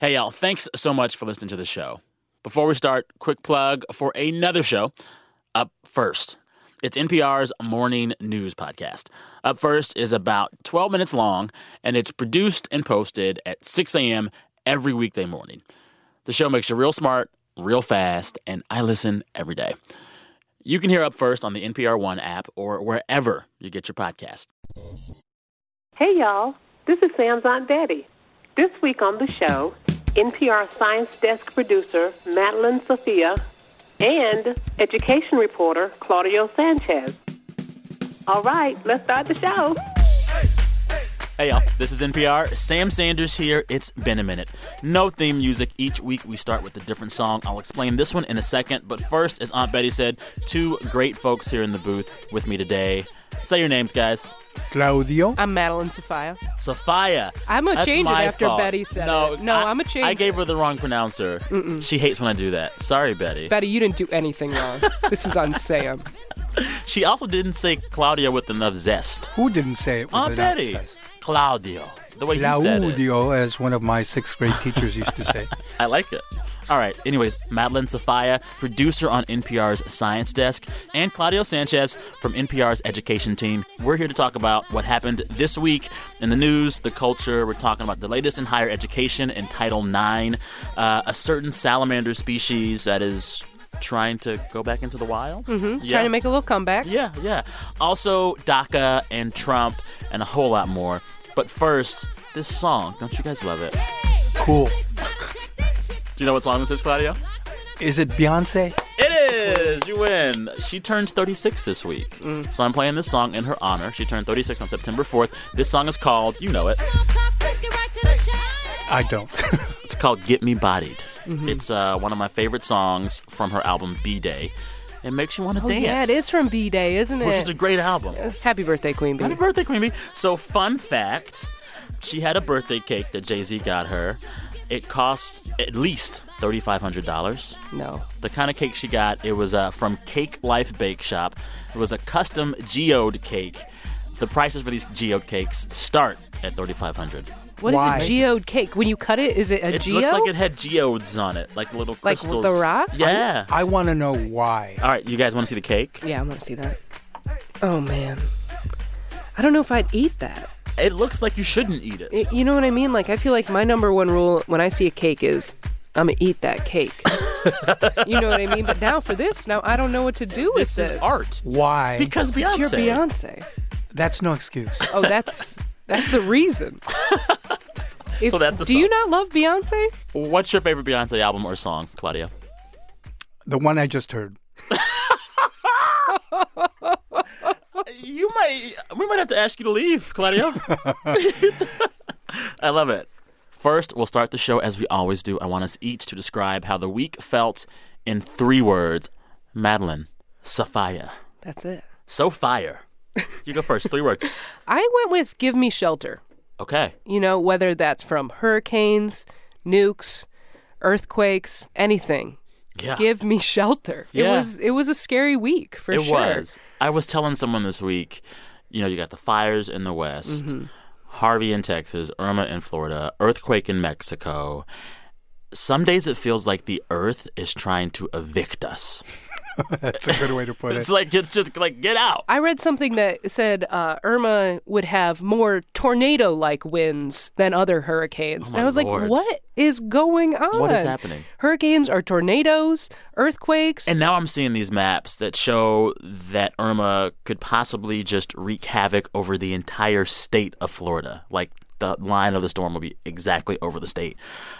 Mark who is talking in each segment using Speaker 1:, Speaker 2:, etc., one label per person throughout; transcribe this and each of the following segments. Speaker 1: Hey, y'all, thanks so much for listening to the show. Before we start, quick plug for another show, Up First. It's NPR's morning news podcast. Up First is about 12 minutes long, and it's produced and posted at 6 a.m. every weekday morning. The show makes you real smart, real fast, and I listen every day. You can hear Up First on the NPR One app or wherever you get your podcast.
Speaker 2: Hey, y'all. This is Sam's Aunt Betty. This week on the show, NPR Science Desk producer Madeline Sophia and education reporter Claudio Sanchez. All right, let's start the show.
Speaker 1: Hey, y'all. This is NPR. Sam Sanders here. It's been a minute. No theme music. Each week we start with a different song. I'll explain this one in a second. But first, as Aunt Betty said, two great folks here in the booth with me today. Say your names, guys.
Speaker 3: Claudio.
Speaker 4: I'm Madeline Sophia.
Speaker 1: Sophia.
Speaker 4: I'm gonna
Speaker 1: That's
Speaker 4: change it
Speaker 1: my
Speaker 4: after
Speaker 1: fault.
Speaker 4: Betty said
Speaker 1: no,
Speaker 4: it. No,
Speaker 1: I,
Speaker 4: I'm gonna change
Speaker 1: I gave her the wrong pronouncer. She hates when I do that. Sorry, Betty.
Speaker 4: Betty, you didn't do anything wrong. this is on Sam.
Speaker 1: She also didn't say Claudia with enough zest.
Speaker 3: Who didn't say it was
Speaker 1: Aunt
Speaker 3: an
Speaker 1: Betty.
Speaker 3: upstairs?
Speaker 1: Claudio. The way you Ah, said it.
Speaker 3: Claudio, as one of my sixth grade teachers used to say.
Speaker 1: I like it. All right. Anyways, Madeline Sophia, producer on NPR's Science Desk, and Claudio Sanchez from NPR's Education Team. We're here to talk about what happened this week in the news, the culture. We're talking about the latest in higher education in Title IX, uh, a certain salamander species that is trying to go back into the wild. Mm-hmm.
Speaker 4: Trying to make a little comeback.
Speaker 1: Yeah, yeah. Also, DACA and Trump and a whole lot more. But first, this song. Don't you guys love it? Do
Speaker 3: Cool.
Speaker 1: you know what song this is, Claudio?
Speaker 3: Is it Beyonce?
Speaker 1: It is. You win. She turns 36 this week.
Speaker 4: Mm.
Speaker 1: So I'm playing this song in her honor. She turned 36 on September 4th. This song is called, you know it,
Speaker 3: I don't.
Speaker 1: it's called Get Me Bodied.
Speaker 4: Mm-hmm.
Speaker 1: It's uh, one of my favorite songs from her album B Day. It makes you want to
Speaker 4: Oh,
Speaker 1: dance.
Speaker 4: yeah, it is from B Day, isn't it?
Speaker 1: Which is a great album.
Speaker 4: Happy birthday, Queen Bee.
Speaker 1: Happy birthday, Queen Bee. So, fun fact she had a birthday cake that Jay Z got her. It cost at least $3,500.
Speaker 4: No.
Speaker 1: the kind of cake she got it was uh, from cake life bake shop it was a custom geode cake the prices for these geode cakes start at 3500
Speaker 4: What is
Speaker 3: Why?
Speaker 4: a geode cake? When you cut it, is it a
Speaker 1: it
Speaker 4: geode?
Speaker 1: looks like it had geodes on it like little
Speaker 4: Like
Speaker 1: crystals
Speaker 4: with the rocks?
Speaker 1: yeah
Speaker 3: I want to know why.
Speaker 1: all right you guys want to see the cake
Speaker 4: Yeah, I want to see that. Oh man, I don't know if I'd eat that.
Speaker 1: it looks like you shouldn't eat it
Speaker 4: Y- You know what I mean? Like I feel like my number one rule when I see a cake is I'm gonna eat that cake. you know what I mean? But now for this, now I don't know what to do with
Speaker 1: this
Speaker 4: this.
Speaker 1: is art
Speaker 3: Why?
Speaker 1: because beyonce
Speaker 4: You're Beyonce.
Speaker 3: That's no excuse.
Speaker 4: Oh, that's that's the reason. If-
Speaker 1: So that's the
Speaker 4: Do you
Speaker 1: song.
Speaker 4: not love Beyonce?
Speaker 1: what's your favorite beyonce album or song claudia
Speaker 3: The one I just heard.
Speaker 1: you might we might have to ask you to leave claudio i love it first we'll start the show as we always do i want us each to describe how the week felt in three words madeline sophia
Speaker 4: That's it.
Speaker 1: so fire you go first three words
Speaker 4: I went with "Give Me Shelter."
Speaker 1: okay
Speaker 4: You know, whether that's from hurricanes, nukes, earthquakes, anything.
Speaker 1: yeah
Speaker 4: Give me shelter.
Speaker 1: Yeah.
Speaker 4: It was it was a scary week for
Speaker 1: it
Speaker 4: sure.
Speaker 1: was i was telling someone this week you know you got the fires in the west
Speaker 4: Mm-hmm.
Speaker 1: harvey in texas irma in florida earthquake in mexico some days it feels like the earth is trying to evict us
Speaker 3: That's a good way to put it.
Speaker 1: It's like it's just like get out.
Speaker 4: I read something that said uh, Irma would have more tornado-like winds than other hurricanes,
Speaker 1: Oh, my
Speaker 4: and I was
Speaker 1: Lord.
Speaker 4: like, "What is going on?
Speaker 1: What is happening?
Speaker 4: Hurricanes are tornadoes, earthquakes,
Speaker 1: And now I'm seeing these maps that show that Irma could possibly just wreak havoc over the entire state of Florida. Like the line of the storm will be exactly over the state.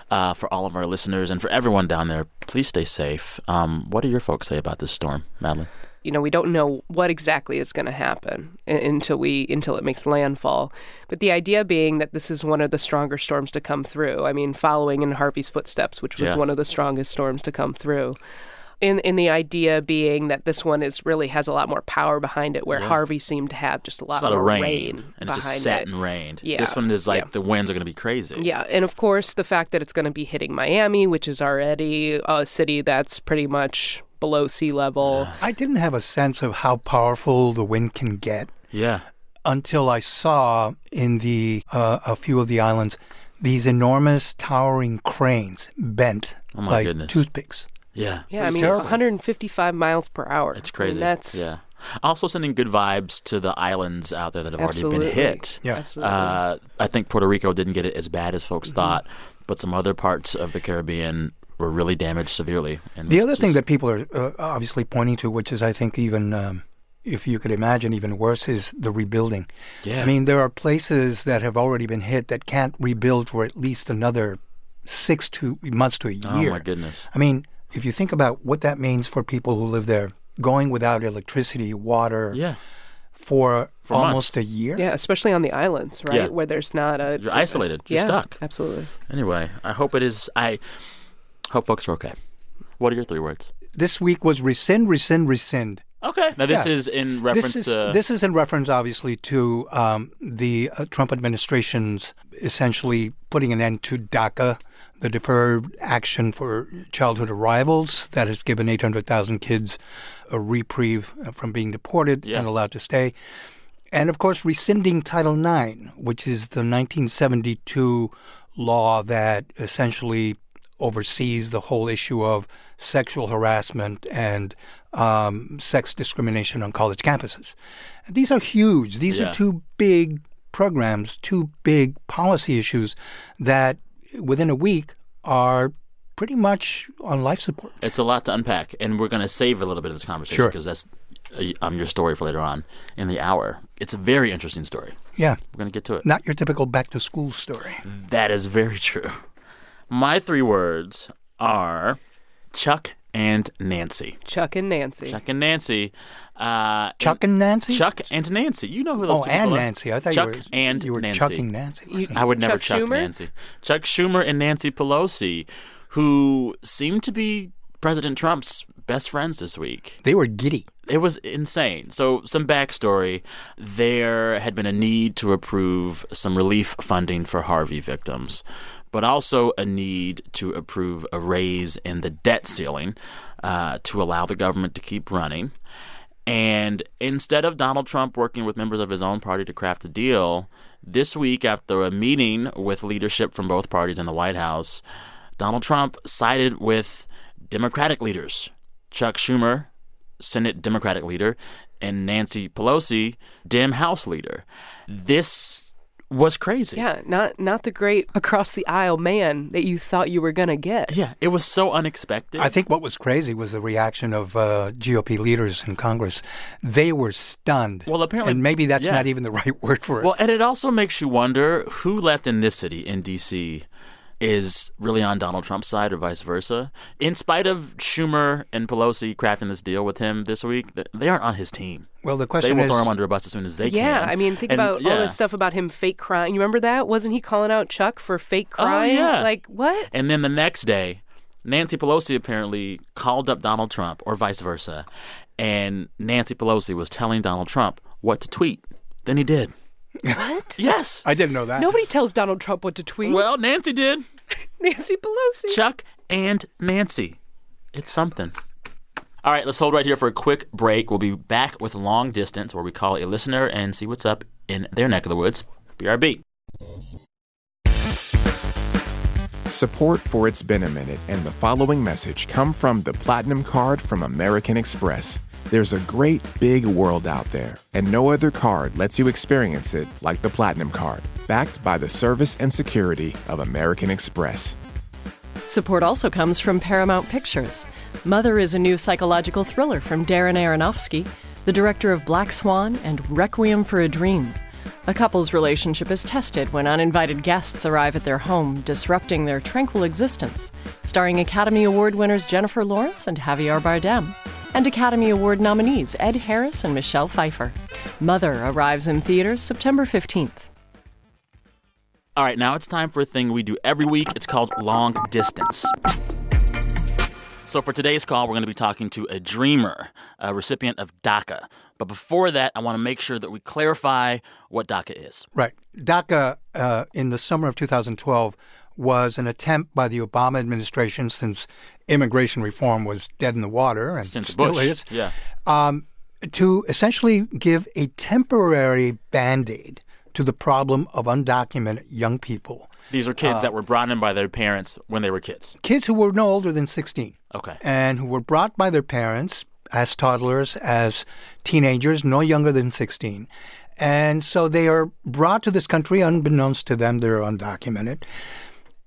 Speaker 1: Uh, for all of our listeners and for everyone down there, please stay safe. Um, what do your folks say about this storm, Madeline?
Speaker 4: you know we don't know what exactly is going to happen u- until we until it makes landfall but the idea being that this is one of the stronger storms to come through i mean following in harvey's footsteps which was
Speaker 1: Yeah.
Speaker 4: one of the strongest storms to come through in, in the idea being that this one is really has a lot more power behind it, where Harvey seemed to have just a lot
Speaker 1: It's not a
Speaker 4: more
Speaker 1: rain, and it
Speaker 4: behind
Speaker 1: just sat
Speaker 4: it.
Speaker 1: and rained.
Speaker 4: Yeah,
Speaker 1: This one is like
Speaker 4: yeah.
Speaker 1: the winds are going to be crazy.
Speaker 4: Yeah, and of course the fact that it's going to be hitting Miami, which is already a city that's pretty much below sea level.
Speaker 3: I didn't have a sense of how powerful the wind can get
Speaker 1: yeah.
Speaker 3: until I saw in the uh, a few of the islands these enormous towering cranes bent
Speaker 1: Oh my
Speaker 3: like
Speaker 1: goodness.
Speaker 3: toothpicks.
Speaker 1: Yeah.
Speaker 4: Yeah, I
Speaker 3: That's
Speaker 4: mean,
Speaker 3: terrible.
Speaker 4: 155 miles per hour.
Speaker 1: It's
Speaker 4: I mean,
Speaker 1: crazy.
Speaker 4: that's
Speaker 1: yeah. Also sending good vibes to the islands out there that have
Speaker 4: absolutely
Speaker 1: already been hit.
Speaker 3: Yeah.
Speaker 4: Absolutely.
Speaker 1: Uh,
Speaker 4: Mm-hmm.
Speaker 1: I think Puerto Rico didn't get it as bad as folks thought, but some other parts of the Caribbean were really damaged severely. And
Speaker 3: The
Speaker 1: it's
Speaker 3: other thing
Speaker 1: just-
Speaker 3: that people are uh, obviously pointing to, which is I think even um, if you could imagine even worse, is the rebuilding.
Speaker 1: Yeah.
Speaker 3: I mean, there are places that have already been hit that can't rebuild for at least another six to months to a
Speaker 1: oh
Speaker 3: year.
Speaker 1: my goodness,
Speaker 3: I mean, if you think about what that means for people who live there, going without electricity, water
Speaker 1: yeah,
Speaker 3: for,
Speaker 1: For months.
Speaker 3: almost a year.
Speaker 4: yeah, especially on the islands, right?
Speaker 1: Yeah.
Speaker 4: Where there's not a.
Speaker 1: you're isolated, you're
Speaker 4: yeah,
Speaker 1: stuck.
Speaker 4: Absolutely.
Speaker 1: Anyway, I hope it is. I hope folks are okay. What are your three words?
Speaker 3: This week was rescind, rescind, rescind.
Speaker 1: Okay. Now this
Speaker 3: Yeah.
Speaker 1: is in reference
Speaker 3: this is,
Speaker 1: to
Speaker 3: this is in reference, obviously, to um, the uh, Trump administration's essentially putting an end to DACA, the Deferred Action for Childhood Arrivals, that has given 800,000 kids a reprieve uh, from being deported
Speaker 1: Yeah.
Speaker 3: and allowed to stay. And of course, rescinding Title IX, which is the 1972 law that essentially oversees the whole issue of sexual harassment and um, sex discrimination on college campuses. And these are huge. These
Speaker 1: Yeah.
Speaker 3: are two big programs, two big policy issues that within a week are pretty much on life support.
Speaker 1: It's a lot to unpack, and we're going to save a little bit of this conversation
Speaker 3: Sure.
Speaker 1: because that's uh, um, your story for later on in the hour. It's a very interesting story.
Speaker 3: Yeah,
Speaker 1: We're going to get to it.
Speaker 3: not your typical back to school story.
Speaker 1: That is very true. My three words are Chuck and Nancy.
Speaker 4: Chuck and Nancy.
Speaker 1: Chuck and Nancy. Uh,
Speaker 3: Chuck and Nancy?
Speaker 1: Chuck and Nancy. You know who those
Speaker 3: Oh,
Speaker 1: two
Speaker 3: and
Speaker 1: people are.
Speaker 3: Nancy. I thought
Speaker 1: Chuck
Speaker 3: you were
Speaker 1: and
Speaker 3: you were
Speaker 1: Nancy.
Speaker 3: chucking Nancy.
Speaker 4: You-
Speaker 1: I would never
Speaker 4: Chuck
Speaker 1: chuck
Speaker 4: Schumer?
Speaker 1: Nancy. Chuck Schumer and Nancy Pelosi, who seem to be President Trump's best friends this week.
Speaker 3: They were giddy.
Speaker 1: It was insane. So, some backstory there had been a need to approve some relief funding for Harvey victims, but also a need to approve a raise in the debt ceiling uh, to allow the government to keep running. And instead of Donald Trump working with members of his own party to craft a deal, this week, after a meeting with leadership from both parties in the White House, Donald Trump sided with Democratic leaders. Chuck Schumer, Senate Democratic leader, and Nancy Pelosi, Dem House leader. This was crazy.
Speaker 4: Yeah, not not the great across the aisle man that you thought you were gonna get.
Speaker 1: Yeah, it was so unexpected.
Speaker 3: I think what was crazy was the reaction of uh, GOP leaders in Congress. They were stunned.
Speaker 1: Well, apparently-
Speaker 3: and maybe that's
Speaker 1: yeah.
Speaker 3: not even the right word for it.
Speaker 1: Well, and it also makes you wonder who left in this city, in D.C., is really on Donald Trump's side or vice versa. In spite of Schumer and Pelosi crafting this deal with him this week, th- they aren't on his team.
Speaker 3: Well, the
Speaker 1: They
Speaker 3: question
Speaker 1: will
Speaker 3: is,
Speaker 1: throw him under a bus as soon as they can.
Speaker 4: Yeah, I mean, think
Speaker 1: And,
Speaker 4: about all
Speaker 1: yeah.
Speaker 4: this stuff about him fake crying. You remember that? Wasn't he calling out Chuck for fake
Speaker 1: Oh,
Speaker 4: crying?
Speaker 1: yeah.
Speaker 4: Like what?
Speaker 1: And then the next day, Nancy Pelosi apparently called up Donald Trump or vice versa. And Nancy Pelosi was telling Donald Trump what to tweet. Then he did.
Speaker 4: What?
Speaker 1: Yes.
Speaker 3: I didn't know that.
Speaker 4: Nobody tells Donald Trump what to tweet.
Speaker 1: Well, Nancy did.
Speaker 4: Nancy Pelosi.
Speaker 1: Chuck and Nancy. It's something. All right, let's hold right here for a quick break. We'll be back with Long Distance, where we call a listener and see what's up in their neck of the woods. BRB.
Speaker 5: Support for It's Been a Minute and the following message come from the Platinum Card from American Express. There's a great big world out there, and no other card lets you experience it like the Platinum Card, backed by the service and security of American Express.
Speaker 6: Support also comes from Paramount Pictures. Mother is a new psychological thriller from Darren Aronofsky, the director of Black Swan and Requiem for a Dream. A couple's relationship is tested when uninvited guests arrive at their home, disrupting their tranquil existence. Starring Academy Award winners Jennifer Lawrence and Javier Bardem, and Academy Award nominees Ed Harris and Michelle Pfeiffer. Mother arrives in theaters September 15th.
Speaker 1: All right, now it's time for a thing we do every week. It's called long distance. So, for today's call, we're going to be talking to a dreamer, a recipient of DACA. But before that, I want to make sure that we clarify what DACA is.
Speaker 3: Right. DACA uh, in the summer of 2012 was an attempt by the Obama administration, since immigration reform was dead in the water and
Speaker 1: Since
Speaker 3: still
Speaker 1: Bush.
Speaker 3: is,
Speaker 1: Yeah.
Speaker 3: um, to essentially give a temporary band aid to the problem of undocumented young people
Speaker 1: These are
Speaker 3: Uh,
Speaker 1: kids that were brought in by their parents when they were kids.
Speaker 3: kids who were no older than 16
Speaker 1: Okay.
Speaker 3: and who were brought by their parents as toddlers, as teenagers, no younger than 16. And so they are brought to this country, unbeknownst to them, they're undocumented.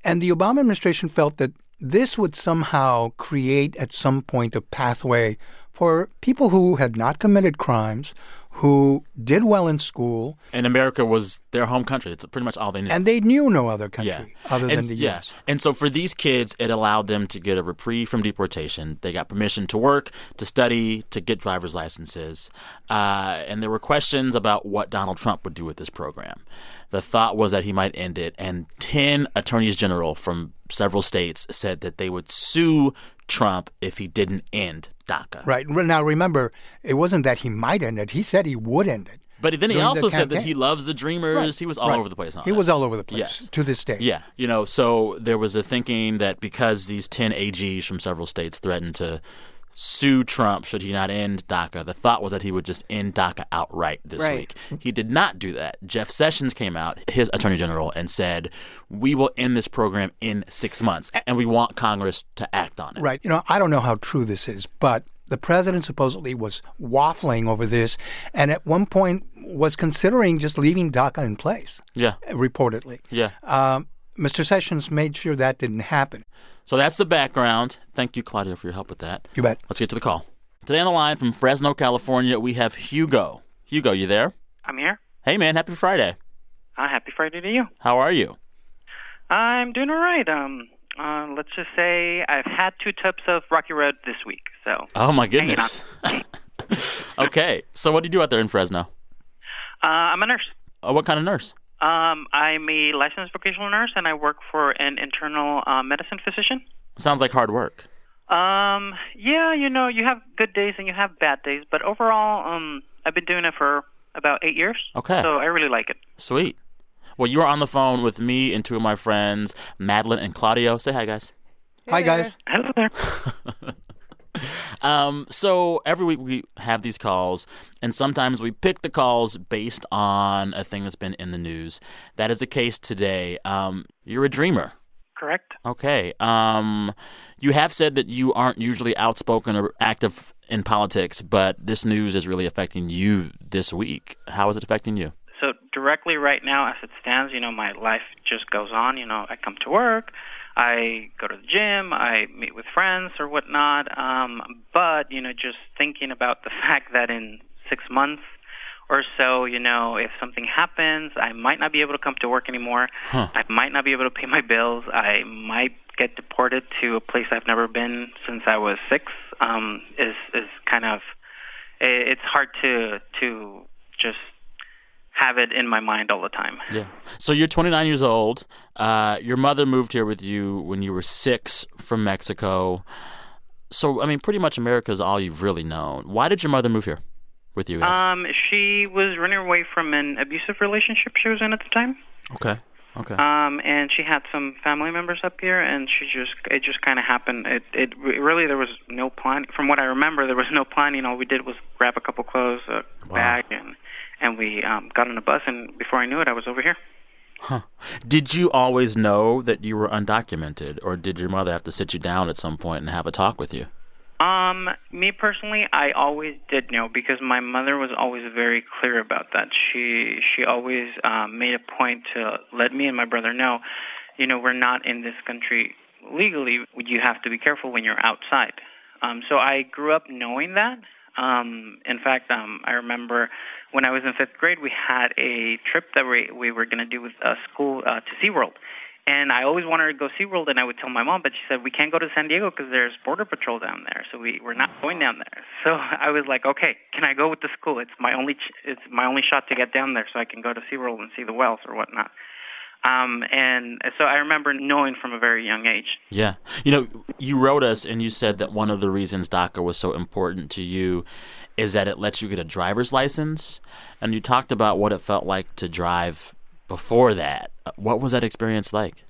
Speaker 3: And the Obama administration felt that this would somehow create, at some point, a pathway for people who had not committed crimes, who did well in school,
Speaker 1: And America was their home country. It's pretty much all they knew.
Speaker 3: and they knew no other
Speaker 1: yeah.
Speaker 3: country other
Speaker 1: and,
Speaker 3: than the
Speaker 1: yeah.
Speaker 3: U.S.
Speaker 1: And so for these kids, it allowed them to get a reprieve from deportation. They got permission to work, to study, to get driver's licenses. Uh, and there were questions about what Donald Trump would do with this program. The thought was that he might end it. And 10 attorneys general from several states said that they would sue Trump if he didn't end DACA.
Speaker 3: Right. Re- Now, remember, it wasn't that he might end it. He said he would end it.
Speaker 1: But then he
Speaker 3: During the
Speaker 1: also said that
Speaker 3: campaign.
Speaker 1: he loves the Dreamers. He was all
Speaker 3: Right.
Speaker 1: over the place. On
Speaker 3: He
Speaker 1: that.
Speaker 3: was all over the place
Speaker 1: Yes.
Speaker 3: to this day.
Speaker 1: Yeah, you know, so there was a thinking that because these 10 AGs from several states threatened to sue Trump should he not end DACA, the thought was that he would just end DACA outright this
Speaker 4: Right.
Speaker 1: week. He did not do that. Jeff Sessions came out, his attorney general, and said, We will end this program in six months, and we want Congress to act on it.
Speaker 3: Right. You know, I don't know how true this is, but the president supposedly was waffling over this and at one point was considering just leaving DACA in place,
Speaker 1: Yeah.
Speaker 3: reportedly.
Speaker 1: Yeah.
Speaker 3: Um, Mr. Sessions made sure that didn't happen.
Speaker 1: So that's the background. Thank you, Claudia, for your help with that.
Speaker 3: You bet.
Speaker 1: Let's get to the call. Today on the line from Fresno, California, we have Hugo. Hugo, you there?
Speaker 7: I'm here.
Speaker 1: Hey, man, happy Friday.
Speaker 7: Uh, happy Friday to you.
Speaker 1: How are you?
Speaker 7: I'm doing all right. Um, uh, let's just say I've had two tips of Rocky Road this week. So
Speaker 1: Oh my
Speaker 7: Hanging
Speaker 1: goodness. okay, so what do you do out there in Fresno?
Speaker 7: uh, I'm a nurse.
Speaker 1: Uh, what kind of nurse?
Speaker 7: Um, I'm a licensed vocational nurse, and I work for an internal uh, medicine physician.
Speaker 1: Sounds like hard work.
Speaker 7: Um, yeah, you know, you have good days and you have bad days, but overall, um, I've been doing it for about eight years.
Speaker 1: Okay.
Speaker 7: So I really like it.
Speaker 1: Sweet. Well, you are on the phone with me and two of my friends, Madeline and Claudio. Say hi, guys.
Speaker 3: Hi, guys.
Speaker 7: Hello there.
Speaker 1: Um, so every week we have these calls, and sometimes we pick the calls based on a thing that's been in the news. That is the case today. Um, you're a dreamer.
Speaker 7: Correct.
Speaker 1: Okay. Um, you have said that you aren't usually outspoken or active in politics, but this news is really affecting you this week. How is it affecting you?
Speaker 7: So directly right now, as it stands, you know, my life just goes on. You know, I come to work, I go to the gym, I meet with friends or whatnot. Um, but you know, just thinking about the fact that in six months or so, you know, if something happens, I might not be able to come to work anymore. I might not be able to pay my bills. I might get deported to a place I've never been since I was six. Um, is is kind of it- it's hard to to just have it in my mind all the time.
Speaker 1: Yeah. So you're 29 years old. Uh, your mother moved here with you when you were six from Mexico. So I mean, pretty much America is all you've really known. Why did your mother move here with you? guys?
Speaker 7: Um, she was running away from an abusive relationship she was in at the time,
Speaker 1: okay. Okay.
Speaker 7: um, and she had some family members up here, and she just it just kind of happened. It it re- really there was no plan. From what I remember, there was no planning. All we did was grab a couple clothes, a bag, and and we um, got on a bus. And before I knew it, I was over here.
Speaker 1: did you always know that you were undocumented, or did your mother have to sit you down at some point and have a talk with you?
Speaker 7: Um, me personally, I always did know because my mother was always very clear about that. She she always um, made a point to let me and my brother know, you know, we're not in this country legally. You have to be careful when you're outside. Um, so I grew up knowing that. Um, in fact, um, I remember when I was in fifth grade, we had a trip that we we were going to do with uh, school uh, to SeaWorld. And I always wanted to go SeaWorld, and I would tell my mom, but she said, we can't go to San Diego because there's Border Patrol down there, so we, we're not going down there. So I was like, okay, can I go with the school? It's my only ch- it's my only shot to get down there so I can go to SeaWorld and see the whales or whatnot. Um, and so I remember knowing from a very young age.
Speaker 1: Yeah. You know, you wrote us and you said that one of the reasons DACA was so important to you is that it lets you get a driver's license. And you talked about what it felt like to drive before that. What was that experience like?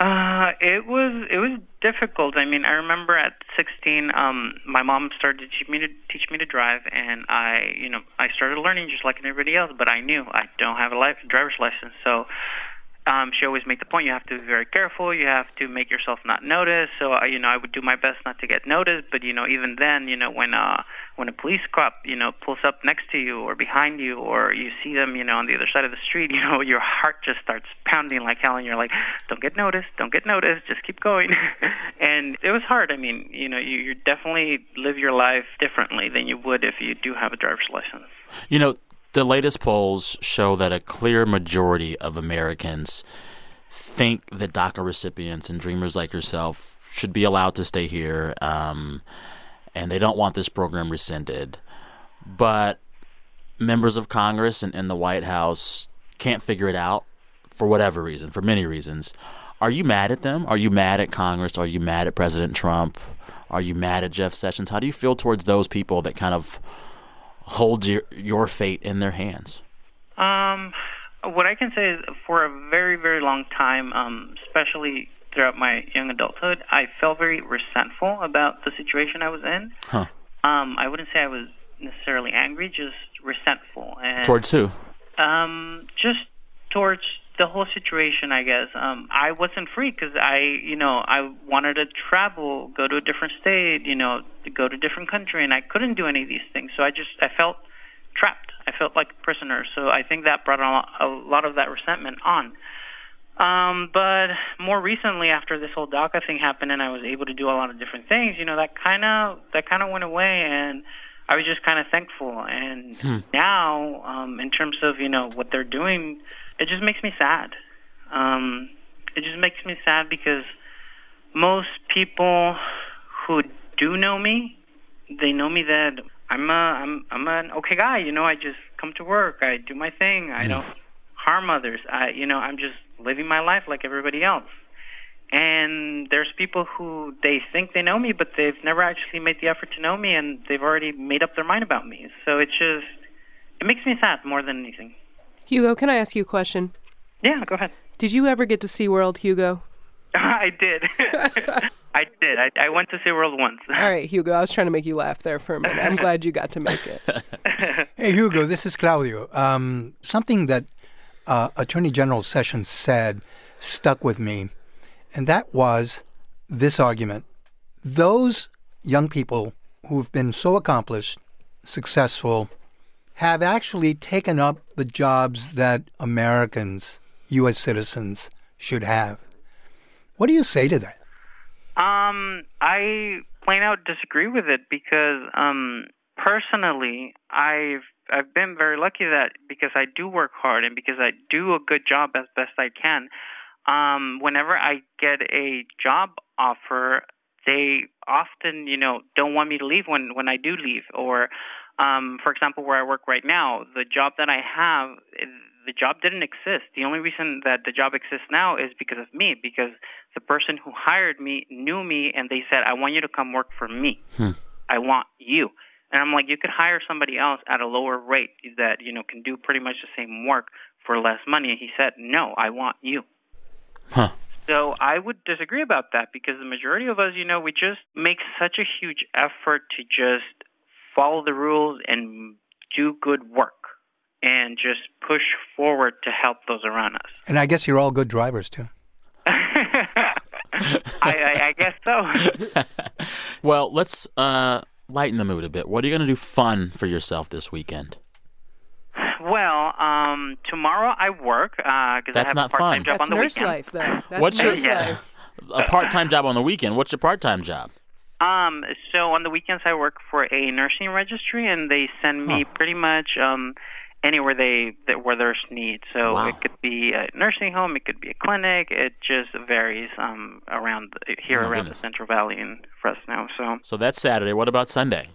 Speaker 7: Uh, it was it was difficult. I mean, I remember at 16, um, my mom started to teach me to teach me to drive, and I, you know, I started learning just like everybody else. But I knew I don't have a life driver's license, so um, she always made the point you have to be very careful. You have to make yourself not noticed. So uh, you know, I would do my best not to get noticed. But you know, even then, you know, when uh, when a police cop you know pulls up next to you or behind you, or you see them you know on the other side of the street, you know, your heart just starts pounding like hell, and you're like, don't get noticed, don't get noticed, just keep going. and it was hard. I mean, you know, you, you definitely live your life differently than you would if you do have a driver's license.
Speaker 1: You know, the latest polls show that a clear majority of Americans think that DACA recipients and dreamers like yourself should be allowed to stay here, um, and they don't want this program rescinded. But members of Congress and in the White House can't figure it out for whatever reason, for many reasons. Are you mad at them? Are you mad at Congress? Are you mad at President Trump? Are you mad at Jeff Sessions? How do you feel towards those people that kind of hold your your fate in their hands?
Speaker 7: Um, what I can say is, for a very very long time, um, especially throughout my young adulthood, I felt very resentful about the situation I was in.
Speaker 1: Huh.
Speaker 7: Um, I wouldn't say I was necessarily angry, just resentful and
Speaker 1: Towards who?
Speaker 7: um, just towards the whole situation, I guess. Um, I wasn't free because I, you know, I wanted to travel, go to a different state, you know, to go to a different country, and I couldn't do any of these things. So I just, I felt trapped. I felt like a prisoner. So I think that brought a lo- a lot of that resentment on. Um, but more recently, after this whole DACA thing happened, and I was able to do a lot of different things, you know, that kind of that kind of went away, and I was just kind of thankful. And now, um, in terms of you know what they're doing, it just makes me sad. Um, it just makes me sad because most people who do know me, they know me that I'm a I'm I'm an okay guy. You know, I just come to work, I do my thing, I don't harm others. I you know, I'm just living my life like everybody else. And there's people who they think they know me, but they've never actually made the effort to know me, and they've already made up their mind about me. So it's just it makes me sad more than anything.
Speaker 4: Hugo, can I ask you a question?
Speaker 7: Yeah, go ahead.
Speaker 4: Did you ever get to SeaWorld, Hugo?
Speaker 7: I did. I did. I, I went to SeaWorld once.
Speaker 4: All right, Hugo, I was trying to make you laugh there for a minute. I'm glad you got to make it.
Speaker 3: Hey, Hugo, this is Claudio. Um, something that uh, Attorney General Sessions said stuck with me, and that was this argument. Those young people who've been so accomplished, successful, have actually taken up the jobs that Americans, U.S. citizens, should have. What do you say to that?
Speaker 7: Um, I plain out disagree with it because um, personally, I've I've been very lucky that because I do work hard and because I do a good job as best I can. Um, whenever I get a job offer, they often you know don't want me to leave when when I do leave or um, for example, where I work right now, the job that I have, the job didn't exist. The only reason that the job exists now is because of me, because the person who hired me knew me and they said, I want you to come work for me. I want you. And I'm like, you could hire somebody else at a lower rate that, you know, can do pretty much the same work for less money. And he said, no, I want you.
Speaker 1: Huh.
Speaker 7: So I would disagree about that because the majority of us, you know, we just make such a huge effort to just follow the rules and do good work and just push forward to help those around us.
Speaker 3: And I guess you're all good drivers, too.
Speaker 7: I, I, I guess so.
Speaker 1: Well, let's uh, lighten the mood a bit. What are you going to do fun for yourself this weekend?
Speaker 7: Well, um, tomorrow I work because I
Speaker 1: That's
Speaker 7: have
Speaker 1: not
Speaker 7: a part-time
Speaker 1: fun.
Speaker 7: job
Speaker 4: That's
Speaker 7: on the
Speaker 4: nurse
Speaker 7: weekend.
Speaker 4: life, though. That's
Speaker 1: What's your-
Speaker 4: nurse
Speaker 1: Yeah.
Speaker 4: life.
Speaker 1: A part-time job on the weekend. What's your part-time job?
Speaker 7: Um, so on the weekends I work for a nursing registry, and they send me pretty much um, anywhere they that where there's need. So
Speaker 1: Wow.
Speaker 7: it could be a nursing home, it could be a clinic. It just varies um, around the, here
Speaker 1: Oh, my
Speaker 7: around
Speaker 1: goodness.
Speaker 7: the Central Valley and Fresno. So
Speaker 1: So that's Saturday. What about Sunday?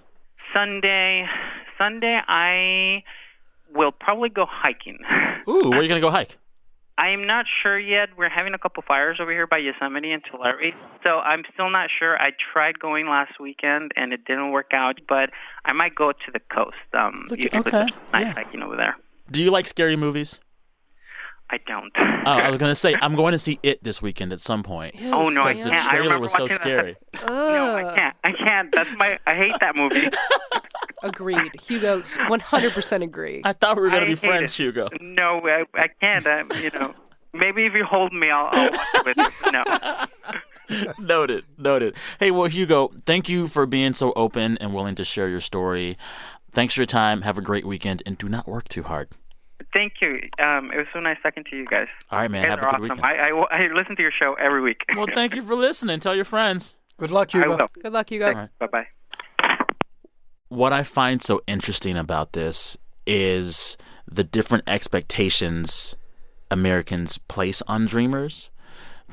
Speaker 7: Sunday, Sunday I will probably go hiking.
Speaker 1: Ooh, where are you going to go hike?
Speaker 7: I am not sure yet. We're having a couple fires over here by Yosemite and Tulare, so I'm still not sure. I tried going last weekend and it didn't work out, but I might go to the coast. Um,
Speaker 1: Look-
Speaker 7: usually
Speaker 1: okay,
Speaker 7: there's some nice
Speaker 1: yeah.
Speaker 7: hiking over there.
Speaker 1: Do you like scary movies?
Speaker 7: I don't.
Speaker 1: Oh, I was going to say I'm going to see it this weekend at some point.
Speaker 7: oh no, I
Speaker 1: Because the
Speaker 7: can't. I
Speaker 1: trailer
Speaker 7: remember
Speaker 1: was so
Speaker 7: watching that-
Speaker 1: scary.
Speaker 7: No, I can't. I can't. That's my. I hate that movie.
Speaker 4: Agreed. Hugo, 100% agree.
Speaker 1: I thought we were going to
Speaker 7: I
Speaker 1: be
Speaker 7: hate
Speaker 1: friends,
Speaker 7: it.
Speaker 1: Hugo.
Speaker 7: No, I, I can't. I, you know, Maybe if you hold me, I'll, I'll watch it with you. No.
Speaker 1: noted, noted. Hey, well, Hugo, thank you for being so open and willing to share your story. Thanks for your time. Have a great weekend, and do not work too hard.
Speaker 7: Thank you. Um, it was so nice talking to you guys.
Speaker 1: All right, man.
Speaker 7: You guys
Speaker 1: Have a
Speaker 7: are
Speaker 1: good
Speaker 7: awesome.
Speaker 1: weekend.
Speaker 7: I, I, I listen to your show every week.
Speaker 1: Well, thank you for listening. Tell your friends.
Speaker 3: Good luck,
Speaker 7: I
Speaker 3: Hugo.
Speaker 7: will.
Speaker 4: Good luck, you guys.
Speaker 7: Bye bye.
Speaker 1: what I find so interesting about this is the different expectations Americans place on dreamers.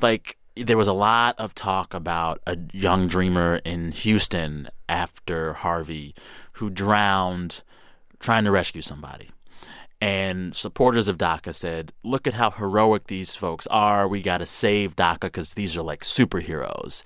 Speaker 1: Like there was a lot of talk about a young dreamer in Houston after Harvey who drowned trying to rescue somebody. And supporters of DACA said, look at how heroic these folks are. We got to save DACA because these are like superheroes.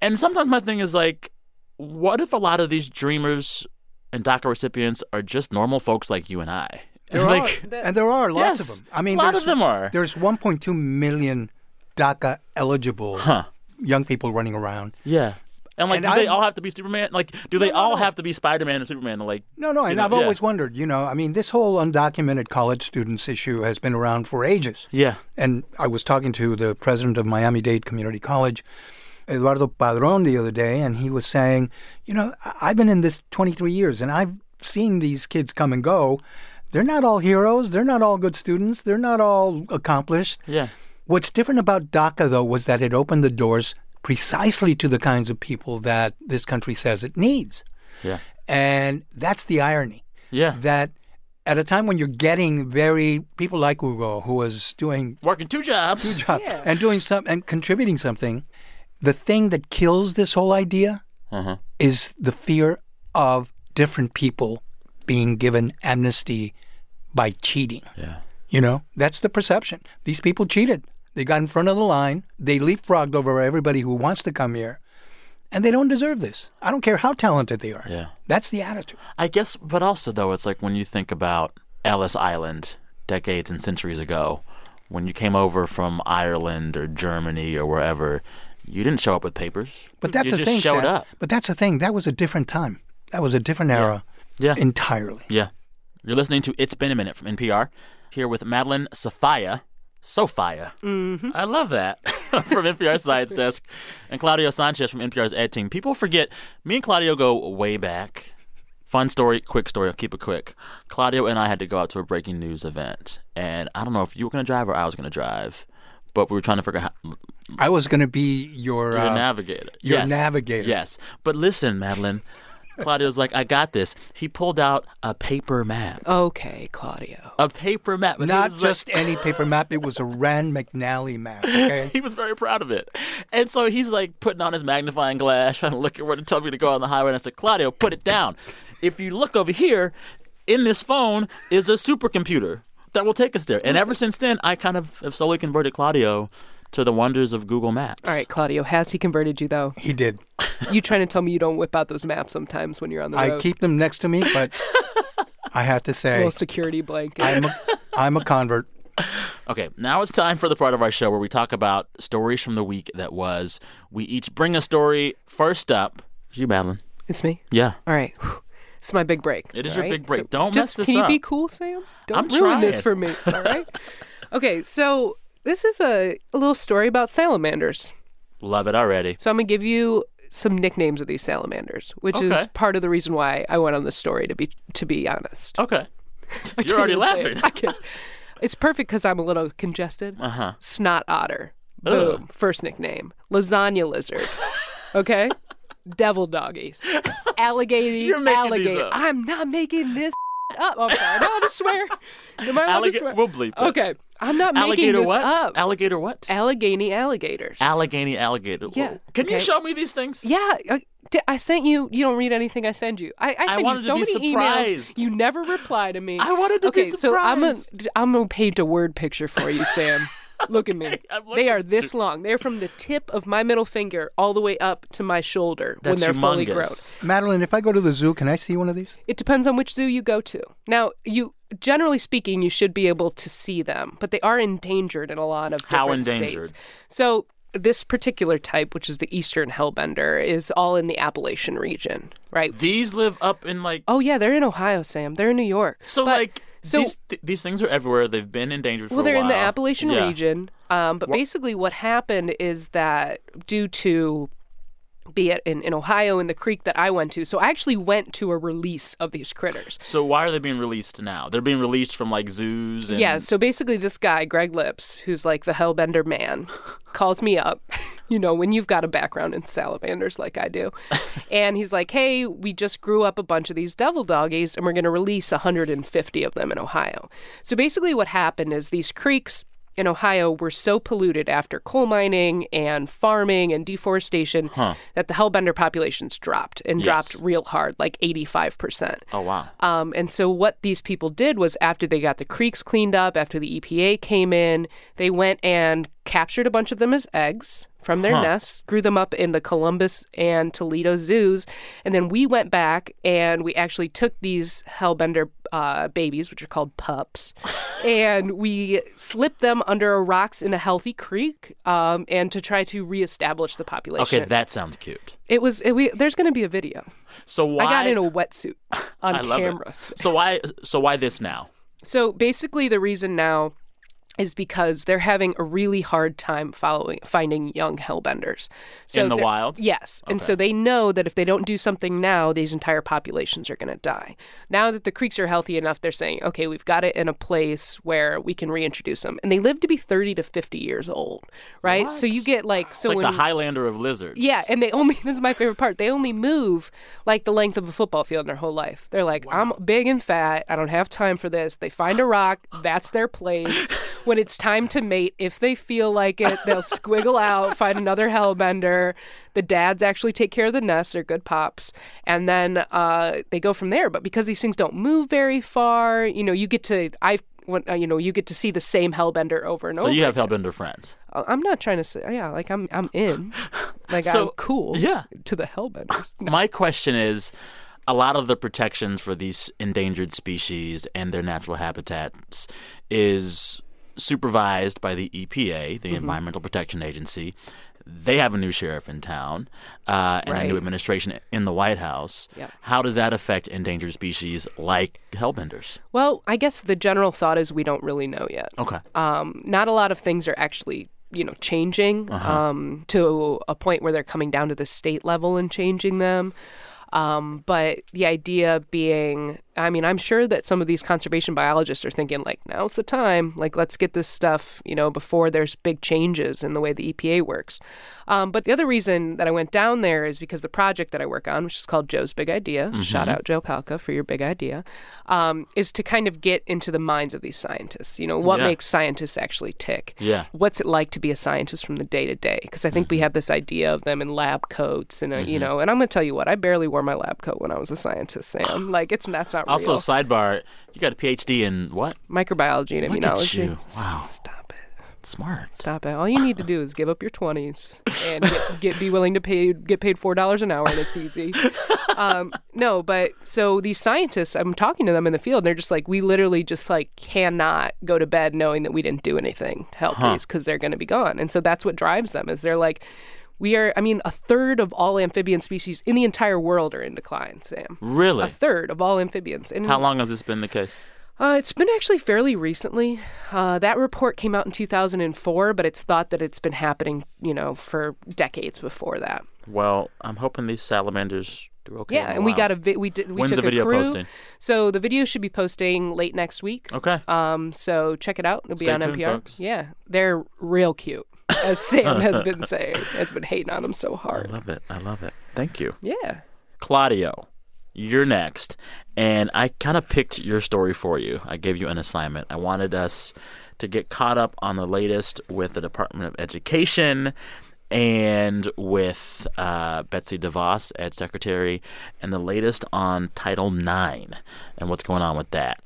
Speaker 1: And sometimes my thing is like, what if a lot of these dreamers and DACA recipients are just normal folks like you and I?
Speaker 3: There
Speaker 1: like,
Speaker 3: are, and there are lots
Speaker 1: Yes,
Speaker 3: of them. I mean,
Speaker 1: a lot
Speaker 3: there's-
Speaker 1: of them are.
Speaker 3: There's 1.2 million DACA eligible
Speaker 1: Huh.
Speaker 3: young people running around.
Speaker 1: yeah. And like,
Speaker 3: And
Speaker 1: do they
Speaker 3: I'm-
Speaker 1: all have to be Superman? Like, do they
Speaker 3: no,
Speaker 1: all
Speaker 3: no.
Speaker 1: have to be Spider Man and Superman? Like,
Speaker 3: No, no,
Speaker 1: you
Speaker 3: and
Speaker 1: know,
Speaker 3: I've
Speaker 1: yeah.
Speaker 3: always wondered, you know, I mean, this whole undocumented college students issue has been around for ages.
Speaker 1: yeah,
Speaker 3: And I was talking to the president of Miami Dade Community College, Eduardo Padron, the other day, and he was saying, you know, I- I've been in this 23 years and I've seen these kids come and go. They're not all heroes. They're not all good students. They're not all accomplished.
Speaker 1: yeah,
Speaker 3: What's different about DACA, though, was that it opened the doors precisely to the kinds of people that this country says it needs.
Speaker 1: yeah,
Speaker 3: And that's the irony
Speaker 1: yeah.
Speaker 3: that at a time when you're getting very people like Hugo, who was doing
Speaker 1: Working two jobs.
Speaker 3: job and doing some and contributing something, the thing that kills this whole idea
Speaker 1: Uh-huh.
Speaker 3: is the fear of different people being given amnesty by cheating.
Speaker 1: Yeah.
Speaker 3: You know, that's the perception. These people cheated. They got in front of the line. They leapfrogged over everybody who wants to come here, and they don't deserve this. I don't care how talented they are.
Speaker 1: Yeah.
Speaker 3: That's the attitude.
Speaker 1: I guess, but also though, it's like when you think about Ellis Island decades and centuries ago, when you came over from Ireland or Germany or wherever, you didn't show up with papers.
Speaker 3: But that's
Speaker 1: you
Speaker 3: the
Speaker 1: just
Speaker 3: thing.
Speaker 1: Showed
Speaker 3: Seth.
Speaker 1: up.
Speaker 3: But that's the thing. That was a different time. That was a different era
Speaker 1: Yeah.
Speaker 3: entirely.
Speaker 1: Yeah. You're listening to It's Been a Minute from NPR, here with Madeline Sophia. Sophia. Mm-hmm. I love that. from NPR Science Desk and Claudio Sanchez from NPR's Ed Team. People forget, me and Claudio go way back. Fun story, quick story. I'll keep it quick. Claudio and I had to go out to a breaking news event. And I don't know if you were going to drive or I was going to drive, but we were trying to figure out how,
Speaker 3: I was going to be your,
Speaker 1: your
Speaker 3: uh,
Speaker 1: navigator.
Speaker 3: your
Speaker 1: yes.
Speaker 3: navigator.
Speaker 1: Yes. But listen, Madeline. Claudio's like, I got this. He pulled out a paper map
Speaker 4: Okay, Claudio.
Speaker 1: a paper map. and he
Speaker 3: not
Speaker 1: was like-
Speaker 3: just any paper map. It was a Rand McNally map. Okay.
Speaker 1: he was very proud of it. And so he's like putting on his magnifying glass, trying to look at where to tell me to go on the highway. And I said, Claudio, put it down. If you look over here, in this phone is a supercomputer that will take us there. And ever since then, I kind of have slowly converted Claudio to the wonders of Google Maps.
Speaker 4: All right, Claudio, has he converted you though?
Speaker 3: He did.
Speaker 4: You trying to tell me you don't whip out those maps sometimes when you're on the
Speaker 3: I
Speaker 4: road?
Speaker 3: keep them next to me, but I have to
Speaker 4: a
Speaker 3: say,
Speaker 4: little security blanket.
Speaker 3: I'm a, I'm a convert.
Speaker 1: Okay, now it's time for the part of our show where we talk about stories from the week that was. We each bring a story. First up, you, Madeline.
Speaker 4: it's me.
Speaker 1: Yeah.
Speaker 4: All right. It's my big break.
Speaker 1: It is
Speaker 4: all
Speaker 1: your
Speaker 4: right?
Speaker 1: big break. Don't
Speaker 4: just,
Speaker 1: mess this
Speaker 4: can
Speaker 1: up.
Speaker 4: you be cool, Sam? Don't
Speaker 1: I'm
Speaker 4: ruin this
Speaker 1: trying.
Speaker 4: for me. All right. okay. So this is a, a little story about salamanders.
Speaker 1: Love it already.
Speaker 4: So I'm gonna give you some nicknames of these salamanders, which
Speaker 1: Okay.
Speaker 4: is part of the reason why I went on this story. To be to be honest,
Speaker 1: Okay. You're already
Speaker 4: Can't even say
Speaker 1: laughing.
Speaker 4: it. I can't- It's perfect because I'm a little congested. Uh
Speaker 1: Uh-huh.
Speaker 4: huh. Snot otter. Boom. First nickname. Lasagna lizard. Okay. Devil doggies. Alligator.
Speaker 1: You're making these
Speaker 4: alligator.
Speaker 1: up.
Speaker 4: I'm not making this up. I'm sorry. No, I just swear. Am I allowed to
Speaker 1: Alliga-
Speaker 4: swear?
Speaker 1: we'll bleep it.
Speaker 4: Okay. I'm not
Speaker 1: Alligator
Speaker 4: making this
Speaker 1: what?
Speaker 4: up.
Speaker 1: Alligator what?
Speaker 4: Allegheny alligators.
Speaker 1: Allegheny alligator.
Speaker 4: Yeah,
Speaker 1: Whoa. Can you
Speaker 4: okay.
Speaker 1: show me these things?
Speaker 4: Yeah, I, di- I sent you. You don't read anything I send you. I, I sent
Speaker 1: wanted
Speaker 4: you
Speaker 1: to
Speaker 4: so
Speaker 1: be
Speaker 4: many
Speaker 1: surprised.
Speaker 4: emails. You never reply to me.
Speaker 1: I wanted to be
Speaker 4: okay, so I'm gonna
Speaker 1: surprised.
Speaker 4: I'm gonna paint a word picture for you, Sam. Look at me.
Speaker 1: I'm looking
Speaker 4: They are this long. They're from the tip of my middle finger all the way up to my shoulder
Speaker 1: That's
Speaker 4: when they're fully
Speaker 1: humongous.
Speaker 4: grown.
Speaker 3: Madeline, if I go to the zoo, can I see one of these?
Speaker 4: It depends on which zoo you go to. Now, you generally speaking, you should be able to see them, but they are endangered in a lot of
Speaker 1: How
Speaker 4: different
Speaker 1: endangered?
Speaker 4: states. So this particular type, which is the eastern hellbender, is all in the Appalachian region, right?
Speaker 1: These live up in like
Speaker 4: oh yeah, they're in Ohio, Sam. They're in New York.
Speaker 1: So,
Speaker 4: But-
Speaker 1: like,
Speaker 4: So-
Speaker 1: these, th- these things are everywhere. They've been endangered for
Speaker 4: Well,
Speaker 1: a
Speaker 4: they're in the
Speaker 1: while.
Speaker 4: Appalachian
Speaker 1: Yeah.
Speaker 4: region. Um, but basically, what happened is that due to be it in, in Ohio in the creek that I went to, so I actually went to a release of these critters.
Speaker 1: So why are they being released now? They're being released from like zoos and
Speaker 4: Yeah, so basically, this guy, Greg Lips, who's like the hellbender man, calls me up, you know, when you've got a background in salamanders like I do. And he's like, hey, we just grew up a bunch of these devil doggies and we're going to release 150 of them in Ohio. So basically, what happened is these creeks in Ohio were so polluted after coal mining and farming and deforestation that the hellbender populations dropped and dropped real hard, like 85%.
Speaker 1: Oh wow.
Speaker 4: Um, and so what these people did was after they got the creeks cleaned up, after the EPA came in, they went and captured a bunch of them as eggs from their nests, grew them up in the Columbus and Toledo zoos, and then we went back and we actually took these hellbender uh, babies, which are called pups, and we slipped them under rocks in a healthy creek, um, and to try to reestablish the population.
Speaker 1: Okay, that sounds cute.
Speaker 4: it was. It, we, there's going to be a video.
Speaker 1: So why
Speaker 4: I got in a wetsuit on
Speaker 1: I love it.
Speaker 4: camera.
Speaker 1: So why so why this now?
Speaker 4: So basically, the reason now is because they're having a really hard time following finding young hellbenders so
Speaker 1: In the
Speaker 4: they're-
Speaker 1: wild?
Speaker 4: Yes, and so they know that if they don't do something now, these entire populations are going to die. Now that the creeks are healthy enough, they're saying, okay, we've got it in a place where we can reintroduce them, and they live to be thirty to fifty years old, right? So you get like
Speaker 1: It's
Speaker 4: so
Speaker 1: like
Speaker 4: when
Speaker 1: the Highlander of lizards.
Speaker 4: yeah, and they only this is my favorite part. They only move like the length of a football field their whole life. They're like, I'm big and fat. I don't have time for this. They find a rock, that's their place. When it's time to mate, if they feel like it, they'll squiggle out, find another hellbender. The dads actually take care of the nest. They're good pops, and then uh, they go from there. But because these things don't move very far, you know, you get to I've when, uh, you know you get to see the same hellbender over and
Speaker 1: So
Speaker 4: over.
Speaker 1: you have hellbender friends.
Speaker 4: I- I'm not trying to say, yeah, like I'm, I'm in, like
Speaker 1: So,
Speaker 4: I'm cool,
Speaker 1: yeah.
Speaker 4: to the hellbenders.
Speaker 1: My question is a lot of the protections for these endangered species and their natural habitats is supervised by the EPA,
Speaker 4: Mm-hmm.
Speaker 1: the Environmental Protection Agency. They have a new sheriff in town uh, and a new
Speaker 4: Right.
Speaker 1: administration in the White House.
Speaker 4: Yep.
Speaker 1: How does that affect endangered species like hellbenders?
Speaker 4: Well, I guess the general thought is we don't really know yet.
Speaker 1: Okay.
Speaker 4: Um, not a lot of things are actually, you know, changing um, to a point where they're coming down to the state level and changing them. Um, but the idea being, I mean, I'm sure that some of these conservation biologists are thinking, like, now's the time. Like, let's get this stuff, you know, before there's big changes in the way the EPA works. Um, but the other reason that I went down there is because the project that I work on, which is called Joe's Big Idea, shout out Joe Palca for your big idea, um, is to kind of get into the minds of these scientists. You know, what
Speaker 1: Yeah.
Speaker 4: makes scientists actually tick?
Speaker 1: Yeah. Mm-hmm.
Speaker 4: What's it like to be a scientist from the day to day? Because I think we have this idea of them in lab coats and, uh you know, and I'm going to tell you what, I barely wore my lab coat when I was a scientist, Sam. Like, it's that's not
Speaker 1: Also,
Speaker 4: real.
Speaker 1: sidebar, you got a PhD in what?
Speaker 4: Microbiology and
Speaker 1: Look at
Speaker 4: immunology.
Speaker 1: you. Wow.
Speaker 4: Stop it.
Speaker 1: Smart.
Speaker 4: Stop it. All you need to do is give up your 20s and get, get be willing to pay get paid $4 an hour and it's easy. Um, no, but so these scientists, I'm talking to them in the field, and they're just like, we literally just like cannot go to bed knowing that we didn't do anything to help these because they're going to be gone. And so that's what drives them is they're like, we are, I mean, a third of all amphibian species in the entire world are in decline, Sam. A
Speaker 1: Really?
Speaker 4: third of all amphibians. And
Speaker 1: How long has this been the case?
Speaker 4: uh, it's been actually fairly recently. Uh, that report came out in 2004, but it's thought that it's been happening, you know, for decades before that.
Speaker 1: Well, I'm hoping these salamanders do okay.
Speaker 4: yeah, and we got a vi- we did we
Speaker 1: When's
Speaker 4: took
Speaker 1: the video
Speaker 4: a crew.
Speaker 1: posting?
Speaker 4: So the video should be posting late next week.
Speaker 1: Okay.
Speaker 4: Um, so check it out. It'll be
Speaker 1: Stay
Speaker 4: on
Speaker 1: tuned,
Speaker 4: NPR.
Speaker 1: folks.
Speaker 4: Yeah, they're real cute, as Sam has been saying. Has been hating on them so hard.
Speaker 1: love it. I love it. Thank you.
Speaker 4: Yeah.
Speaker 1: Claudio, you're next. And I kind of picked your story for you. I gave you an assignment. I wanted us to get caught up on the latest with the Department of Education and with uh, Betsy DeVos, Ed Secretary, and the latest on Title IX and what's going on with that.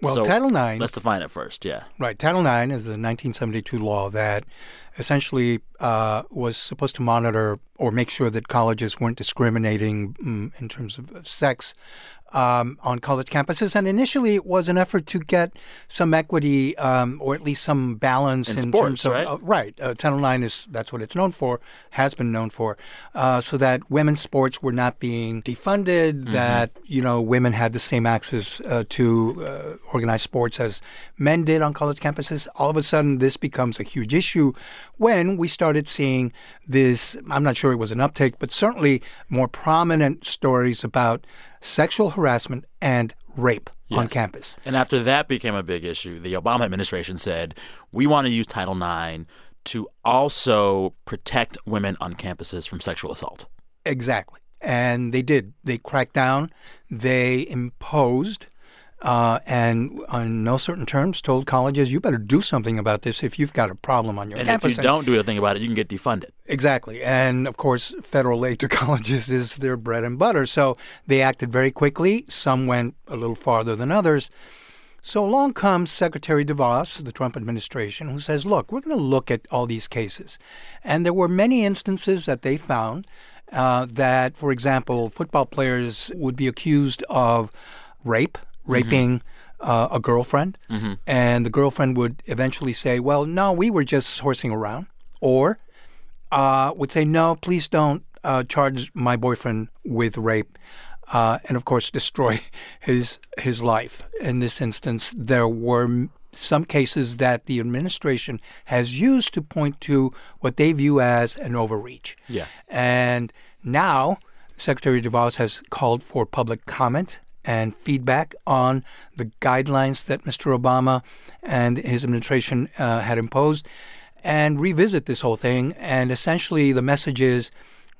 Speaker 3: Well, Title IX
Speaker 1: Let's define it first. Yeah.
Speaker 3: Right. Title IX is the 1972 law that essentially uh, was supposed to monitor or make sure that colleges weren't discriminating mm, in terms of sex um, on college campuses. And initially, it was an effort to get some equity um, or at least some balance
Speaker 1: In
Speaker 3: in,
Speaker 1: sports,
Speaker 3: terms of
Speaker 1: right?
Speaker 3: uh, right. Uh, Channel Nine is that's what it's known for, has been known for, uh, so that women's sports were not being defunded. That you know women had the same access uh, to uh, organized sports as men did on college campuses. All of a sudden, this becomes a huge issue when we started seeing this. I'm not sure it was an uptick, but certainly more prominent stories about sexual harassment and rape on
Speaker 1: Yes.
Speaker 3: campus.
Speaker 1: And after that became a big issue, the Obama administration said, we want to use Title IX to also protect women on campuses from sexual assault.
Speaker 3: Exactly. And they did. They cracked down. They imposed, uh, and on no certain terms, told colleges, you better do something about this if you've got a problem on your
Speaker 1: And if
Speaker 3: campus.
Speaker 1: you don't do a thing about it, you can get defunded.
Speaker 3: Exactly. And of course, federal aid to colleges is their bread and butter. So they acted very quickly. Some went a little farther than others. So along comes Secretary DeVos, the Trump administration, who says, look, we're going to look at all these cases. And there were many instances that they found uh, that, for example, football players would be accused of rape, raping uh, a girlfriend. And the girlfriend would eventually say, well, no, we were just horsing around. Or uh, would say, no, please don't uh, charge my boyfriend with rape. Uh, and of course, destroy his his life. In this instance, there were m- some cases that the administration has used to point to what they view as an overreach.
Speaker 1: Yeah.
Speaker 3: And now, Secretary DeVos has called for public comment and feedback on the guidelines that Mr. Obama and his administration uh, had imposed and revisit this whole thing. And essentially, the message is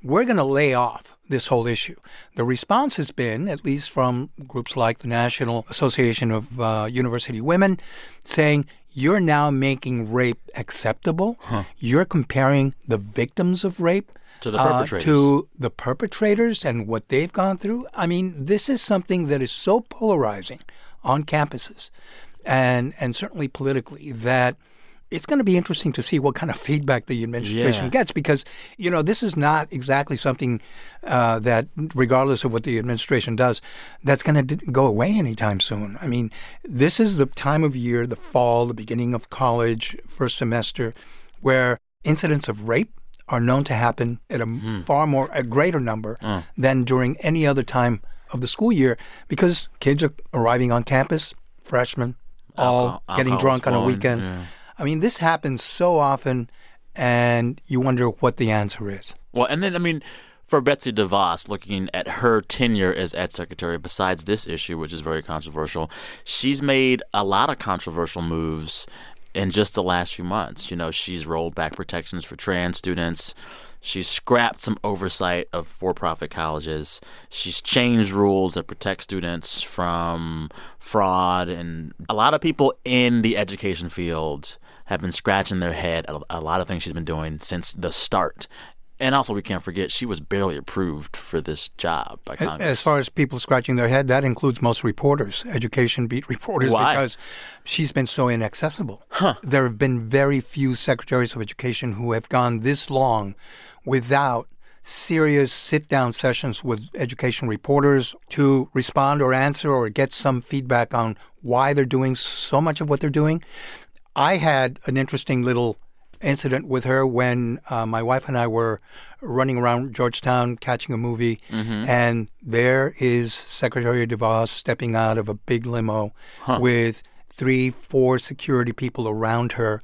Speaker 3: we're going to lay off this whole issue. The response has been, at least from groups like the National Association of uh, University Women, saying, you're now making rape acceptable. You're comparing the victims of rape
Speaker 1: To the
Speaker 3: uh,
Speaker 1: perpetrators.
Speaker 3: to the perpetrators and what they've gone through. I mean, this is something that is so polarizing on campuses and, and certainly politically that it's going to be interesting to see what kind of feedback the administration
Speaker 1: Yeah.
Speaker 3: gets because, you know, this is not exactly something uh, that, regardless of what the administration does, that's going to d- go away anytime soon. I mean, this is the time of year, the fall, the beginning of college, first semester, where incidents of rape are known to happen at a m- far more a greater number than during any other time of the school year because kids are arriving on campus, freshmen, all
Speaker 1: Alcohol-
Speaker 3: getting
Speaker 1: alcohol's
Speaker 3: drunk on a
Speaker 1: flowing,
Speaker 3: weekend.
Speaker 1: yeah.
Speaker 3: I mean, this happens so often, and you wonder what the answer is.
Speaker 1: Well, and then, I mean, for Betsy DeVos, looking at her tenure as ad secretary, besides this issue, which is very controversial, she's made a lot of controversial moves in just the last few months. You know, she's rolled back protections for trans students. She's scrapped some oversight of for profit colleges. She's changed rules that protect students from fraud. And a lot of people in the education field have been scratching their head at a lot of things she's been doing since the start. And also, we can't forget she was barely approved for this job by Congress.
Speaker 3: As far as people scratching their head, that includes most reporters, education beat reporters,
Speaker 1: Why?
Speaker 3: because she's been so inaccessible. There have been very few secretaries of education who have gone this long without serious sit down sessions with education reporters to respond or answer or get some feedback on why they're doing so much of what they're doing. I had an interesting little incident with her when uh, my wife and I were running around Georgetown catching a movie, and there is Secretary DeVos stepping out of a big limo with three, four security people around her.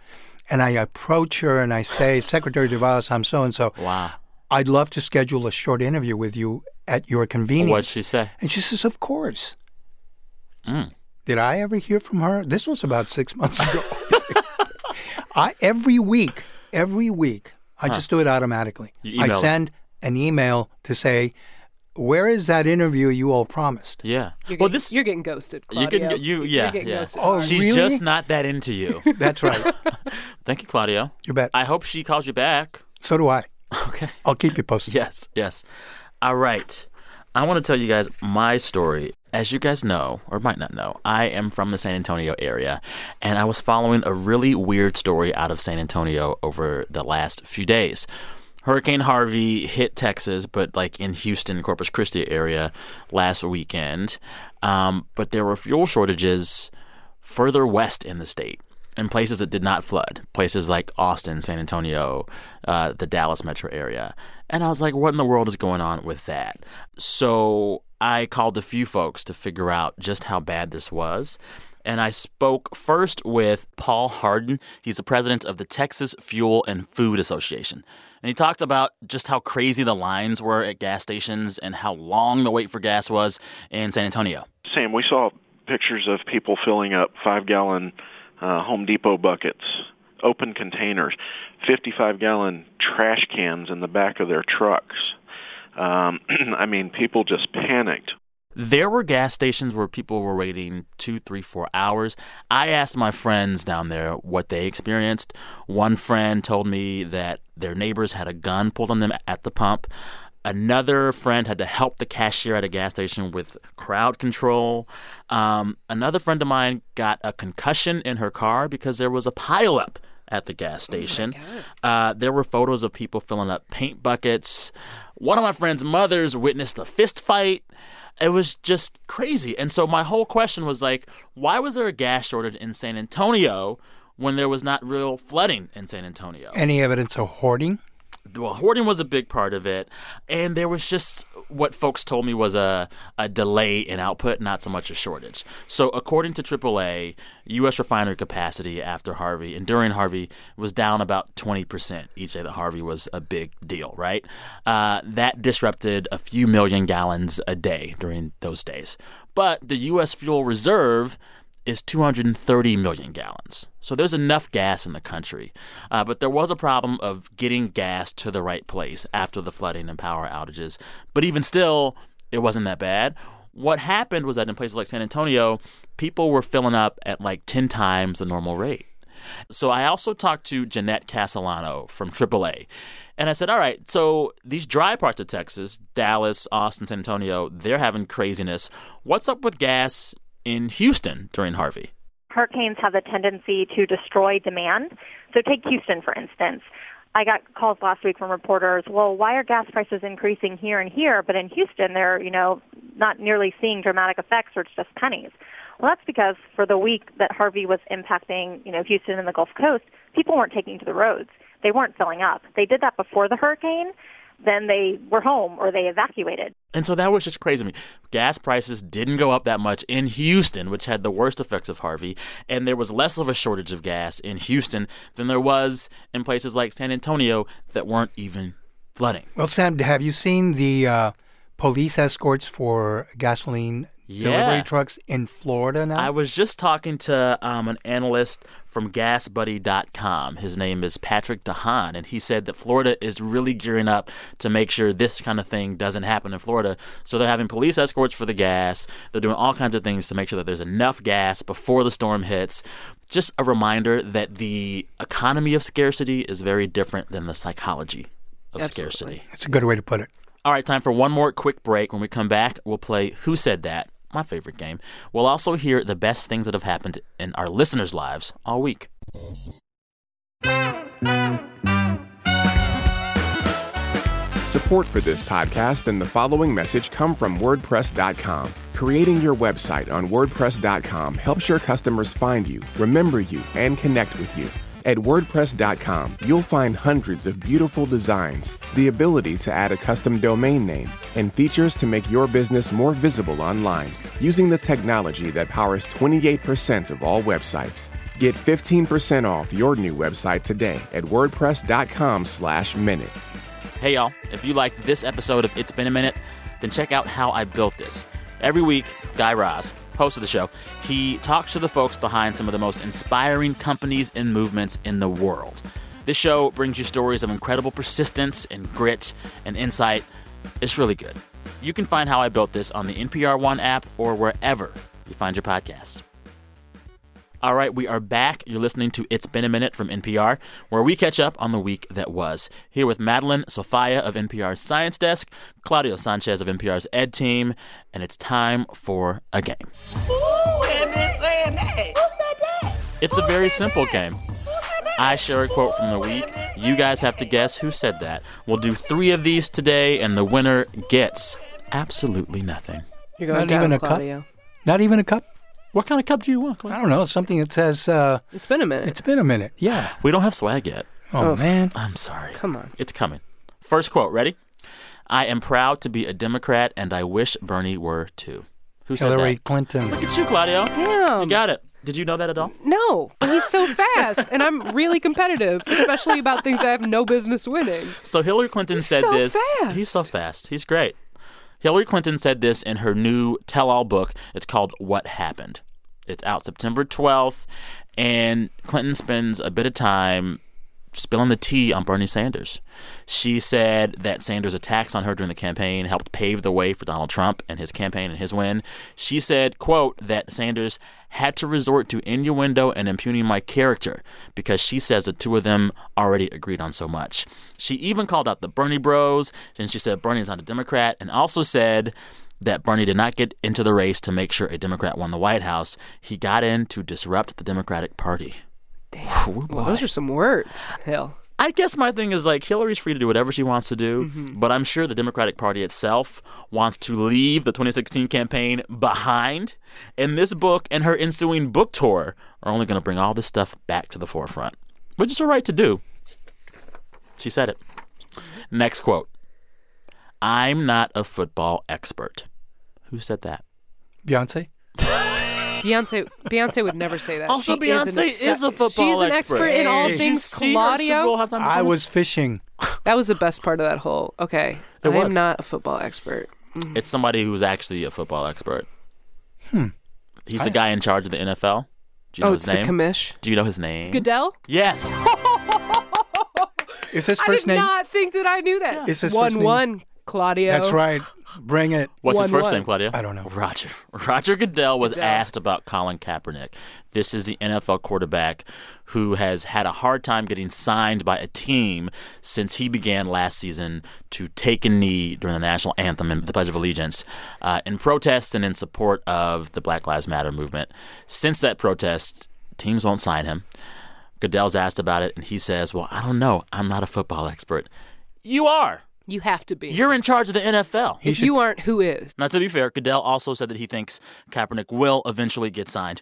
Speaker 3: And I approach her and I say, Secretary DeVos, I'm so and so.
Speaker 1: Wow.
Speaker 3: I'd love to schedule a short interview with you at your convenience.
Speaker 1: What'd she say?
Speaker 3: And she says, Of course.
Speaker 1: Mm.
Speaker 3: Did I ever hear from her? This was about six months ago. I every week, every week, I just do it automatically.
Speaker 1: You
Speaker 3: I
Speaker 1: email it.
Speaker 3: send an email to say, Where is that interview you all promised?
Speaker 1: Yeah.
Speaker 4: You're
Speaker 1: well,
Speaker 4: getting-
Speaker 1: this
Speaker 4: you're getting ghosted,
Speaker 1: you
Speaker 4: Claudio.
Speaker 1: can you
Speaker 4: You're
Speaker 1: yeah
Speaker 4: getting
Speaker 1: yeah.
Speaker 4: ghosted.
Speaker 3: Oh,
Speaker 1: She's
Speaker 3: really?
Speaker 1: just not that into you.
Speaker 3: That's right.
Speaker 1: Thank you, Claudio.
Speaker 3: You bet.
Speaker 1: I hope she calls you back.
Speaker 3: so do I.
Speaker 1: Okay.
Speaker 3: I'll keep you posted.
Speaker 1: Yes, yes. All right. I want to tell you guys my story. As you guys know, or might not know, I am from the San Antonio area, and I was following a really weird story out of San Antonio over the last few days. Hurricane Harvey hit Texas, but like in Houston, Corpus Christi area last weekend. Um, but there were fuel shortages further west in the state in places that did not flood, places like Austin, San Antonio, uh, the Dallas metro area. And I was like, what in the world is going on with that? So I called a few folks to figure out just how bad this was. And I spoke first with Paul Hardin. He's the president of the Texas Fuel and Food Association. And he talked about just how crazy the lines were at gas stations and how long the wait for gas was in San Antonio.
Speaker 8: Sam, we saw pictures of people filling up five gallon uh, Home Depot buckets, open containers, 55 gallon trash cans in the back of their trucks. Um, I mean, people just panicked.
Speaker 1: There were gas stations where people were waiting two, three, four hours. I asked my friends down there what they experienced. One friend told me that their neighbors had a gun pulled on them at the pump. Another friend had to help the cashier at a gas station with crowd control. Um, another friend of mine got a concussion in her car because there was a pileup at the gas station. uh, there were photos of people filling up paint buckets. One of my friend's mothers witnessed a fist fight. It was just crazy. And so my whole question was like, why was there a gas shortage in San Antonio when there was not real flooding in San Antonio?
Speaker 3: Any evidence of hoarding?
Speaker 1: well, hoarding was a big part of it, and there was just what folks told me was a a delay in output, not so much a shortage. So, according to AAA, U.S. refinery capacity after Harvey and during Harvey was down about twenty percent each day that Harvey was a big deal. Right, uh, that disrupted a few million gallons a day during those days. But the U.S. fuel reserve is 230 million gallons. So there's enough gas in the country. Uh, but there was a problem of getting gas to the right place after the flooding and power outages. But even still, it wasn't that bad. What happened was that in places like San Antonio, people were filling up at like 10 times the normal rate. So I also talked to Jeanette Castellano from AAA. And I said, all right, so these dry parts of Texas, Dallas, Austin, San Antonio, they're having craziness. What's up with gas in Houston during Harvey.
Speaker 9: Hurricanes have a tendency to destroy demand. So take Houston, for instance. I got calls last week from reporters, well, why are gas prices increasing here and here, but in Houston they're, you know, not nearly seeing dramatic effects or it's just pennies. Well, that's because for the week that Harvey was impacting, you know, Houston and the Gulf Coast, people weren't taking to the roads. They weren't filling up. They did that before the hurricane, then they were home or they evacuated.
Speaker 1: And so that was just crazy to me. Gas prices didn't go up that much in Houston, which had the worst effects of Harvey. And there was less of a shortage of gas in Houston than there was in places like San Antonio that weren't even flooding.
Speaker 3: Well, Sam, have you seen the uh, police escorts for gasoline
Speaker 1: Yeah.
Speaker 3: delivery trucks in Florida now?
Speaker 1: I was just talking to um, an analyst from GasBuddy.com. His name is Patrick DeHaan, and he said that Florida is really gearing up to make sure this kind of thing doesn't happen in Florida. So they're having police escorts for the gas. They're doing all kinds of things to make sure that there's enough gas before the storm hits. Just a reminder that the economy of scarcity is very different than the psychology of scarcity.
Speaker 3: That's a good way to put it.
Speaker 1: All right, time for one more quick break. When we come back, we'll play Who Said That, my favorite game. We'll also hear the best things that have happened in our listeners' lives all week.
Speaker 5: Support for this podcast and the following message come from WordPress.com. Creating your website on WordPress.com helps your customers find you, remember you, and connect with you. At WordPress.com, you'll find hundreds of beautiful designs, the ability to add a custom domain name, and features to make your business more visible online using the technology that powers 28% of all websites. Get 15% off your new website today at WordPress.com slash minute.
Speaker 1: Hey, y'all, if you like this episode of It's Been a Minute, then check out How I Built This. Every week, Guy Raz, host of the show, he talks to the folks behind some of the most inspiring companies and movements in the world. This show brings you stories of incredible persistence and grit and insight. It's really good. You can find How I Built This on the NPR One app or wherever you find your podcasts. All right, we are back. You're listening to It's Been a Minute from NPR, where we catch up on the week that was. Here with Madeline Sofia of NPR's Science Desk, Claudio Sanchez of NPR's Ed Team, and it's time for a game.
Speaker 10: Who am I saying that? Who said that?
Speaker 1: It's a very simple game.
Speaker 10: Who said
Speaker 1: I share a quote from the week. You guys have to guess who said that. We'll do three of these today, and the winner gets absolutely nothing.
Speaker 4: You're going
Speaker 3: Not
Speaker 4: down,
Speaker 3: even a cup?
Speaker 4: Claudio.
Speaker 3: Not even a cup?
Speaker 1: What kind of cup do you want?
Speaker 3: I
Speaker 1: Claire?
Speaker 3: don't know. Something that says, uh,
Speaker 4: It's been a minute.
Speaker 3: it's been a minute. Yeah.
Speaker 1: We don't have swag yet.
Speaker 3: Oh, man.
Speaker 1: I'm sorry.
Speaker 4: Come on.
Speaker 1: It's coming. First quote, ready? I am proud to be a Democrat, and I wish Bernie were too. Who said
Speaker 3: Hillary
Speaker 1: that?
Speaker 3: Clinton.
Speaker 1: Look at you, Claudio. You
Speaker 4: Damn.
Speaker 1: got it. Did you know that at all?
Speaker 4: No, but he's so fast, and I'm really competitive, especially about things I have no business winning.
Speaker 1: So Hillary Clinton
Speaker 4: He's
Speaker 1: said
Speaker 4: so
Speaker 1: this.
Speaker 4: fast.
Speaker 1: He's so fast. He's great. Hillary Clinton said this in her new tell-all book. It's called What Happened. It's out September 12th, and Clinton spends a bit of time spilling the tea on Bernie Sanders. She said that Sanders' attacks on her during the campaign helped pave the way for Donald Trump and his campaign and his win. She said, quote, that Sanders had to resort to innuendo and impugning my character because she says the two of them already agreed on so much. She even called out the Bernie bros and she said Bernie is not a Democrat and also said that Bernie did not get into the race to make sure a Democrat won the White House. He got in to disrupt the Democratic Party. Damn.
Speaker 4: Well, those are some words, Hill.
Speaker 1: I guess my thing is like Hillary's free to do whatever she wants to do, but I'm sure the Democratic Party itself wants to leave the 2016 campaign behind. And this book and her ensuing book tour are only going to bring all this stuff back to the forefront, which is her right to do. She said it. Next quote I'm not a football expert. Who said that?
Speaker 3: Beyonce?
Speaker 4: Beyonce, Beyonce would never say that.
Speaker 1: Also,
Speaker 4: She is an
Speaker 1: Beyonce
Speaker 4: exce-
Speaker 1: is a football
Speaker 4: She's an expert, in all
Speaker 1: Did you
Speaker 4: things
Speaker 1: see her Super Bowl
Speaker 4: Claudio.
Speaker 1: halftime
Speaker 3: I
Speaker 1: performance?
Speaker 3: was fishing.
Speaker 4: That was the best part of that whole. Okay,
Speaker 1: It
Speaker 4: I
Speaker 1: was.
Speaker 4: am not a football expert.
Speaker 1: It's somebody who's actually a football expert. Hmm. He's the guy in charge of the NFL. Do you know
Speaker 4: oh,
Speaker 1: his
Speaker 4: it's
Speaker 1: name?
Speaker 4: the commish.
Speaker 1: Do you know his name?
Speaker 4: Goodell.
Speaker 1: Yes.
Speaker 3: Is his
Speaker 4: I did
Speaker 3: first name?
Speaker 4: not think that I knew that.
Speaker 3: It's his
Speaker 4: one
Speaker 3: first name.
Speaker 4: one Claudio.
Speaker 3: That's right. Bring it.
Speaker 1: What's his
Speaker 4: One,
Speaker 1: first
Speaker 4: one.
Speaker 1: name, Claudia?
Speaker 3: I don't know.
Speaker 1: Roger. Roger Goodell was asked about Colin Kaepernick. This is the NFL quarterback who has had a hard time getting signed by a team since he began last season to take a knee during the national anthem and the Pledge of Allegiance uh, in protest and in support of the Black Lives Matter movement. Since that protest, teams won't sign him. Goodell's asked about it, and he says, Well, I don't know. I'm not a football expert. You are.
Speaker 4: You have to be.
Speaker 1: You're in charge of the NFL.
Speaker 4: if you aren't, who is?
Speaker 1: Now, to be fair, Goodell also said that he thinks Kaepernick will eventually get signed.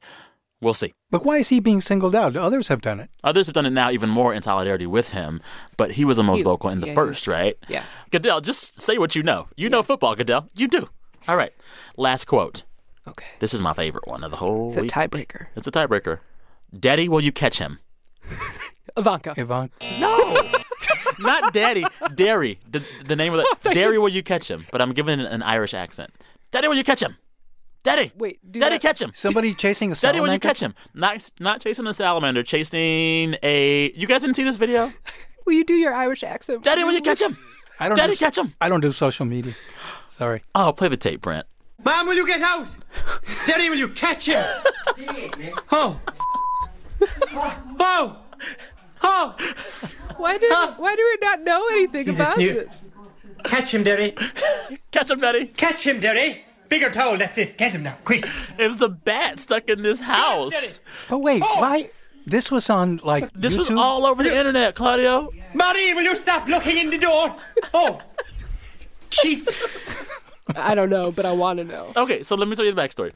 Speaker 1: We'll see.
Speaker 3: But why is he being singled out? Others have done it.
Speaker 1: Others have done it now even more in solidarity with him, but he was the most
Speaker 4: He-
Speaker 1: vocal in the
Speaker 4: yeah,
Speaker 1: first,
Speaker 4: he's-
Speaker 1: right?
Speaker 4: yeah.
Speaker 1: Goodell, just say what you know. You know football, Goodell. You do. All right. Last quote.
Speaker 4: Okay,
Speaker 1: This is my favorite one of the whole
Speaker 4: it's a
Speaker 1: week.
Speaker 4: tiebreaker.
Speaker 1: It's a tiebreaker. Daddy, will you catch him?
Speaker 4: Ivanka.
Speaker 3: Yvonne.
Speaker 1: No. Not Daddy. Dairy. The, the name of the. Dairy, will you catch him? But I'm giving it an Irish accent. Daddy, will you catch him? Daddy.
Speaker 4: Wait, do
Speaker 1: Daddy,
Speaker 4: that-
Speaker 1: catch him.
Speaker 3: Somebody chasing a
Speaker 1: Daddy, when you
Speaker 3: salamander?
Speaker 1: catch him, not not chasing a salamander, chasing a. You guys didn't see this video.
Speaker 4: Will you do your Irish accent?
Speaker 1: Daddy, when you catch him,
Speaker 3: I don't
Speaker 1: Daddy,
Speaker 3: do,
Speaker 1: catch him.
Speaker 3: I don't do social media. Sorry.
Speaker 1: Oh, play the tape, Brent.
Speaker 10: Mom, will you get out? Daddy, will you catch him? Oh. Oh. Oh.
Speaker 4: Why did Why do we not know anything
Speaker 10: Jesus,
Speaker 4: about
Speaker 10: you-
Speaker 4: this?
Speaker 10: Catch him, Daddy.
Speaker 1: Catch him, Daddy.
Speaker 10: Catch him, Daddy. Bigger towel, that's it. Catch him now, quick.
Speaker 1: It was a bat stuck in this house.
Speaker 3: But wait, why? Oh! This was on like
Speaker 1: This
Speaker 3: YouTube?
Speaker 1: was all over the internet, Claudio.
Speaker 10: Marie, will you stop looking in the door? Oh. Jeez.
Speaker 4: I don't know, but I want to know.
Speaker 1: Okay, so let me tell you the backstory.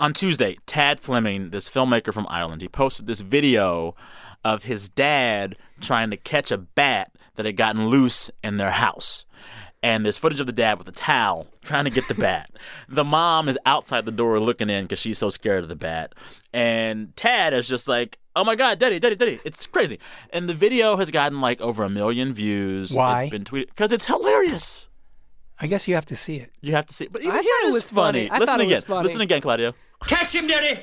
Speaker 1: On Tuesday, Tad Fleming, this filmmaker from Ireland, he posted this video of his dad trying to catch a bat that had gotten loose in their house. And there's footage of the dad with a towel trying to get the bat. the mom is outside the door looking in because she's so scared of the bat. And Tad is just like, oh my God, daddy, daddy, daddy. It's crazy. And the video has gotten like over a million views.
Speaker 3: Why?
Speaker 1: It's been tweeted because it's hilarious.
Speaker 3: I guess you have to see it.
Speaker 1: You have to see. But even
Speaker 4: I
Speaker 1: here,
Speaker 4: thought it
Speaker 1: is
Speaker 4: was funny. I
Speaker 1: Listen
Speaker 4: thought it
Speaker 1: again.
Speaker 4: was funny.
Speaker 1: Listen again, Claudio.
Speaker 10: Catch him, Daddy.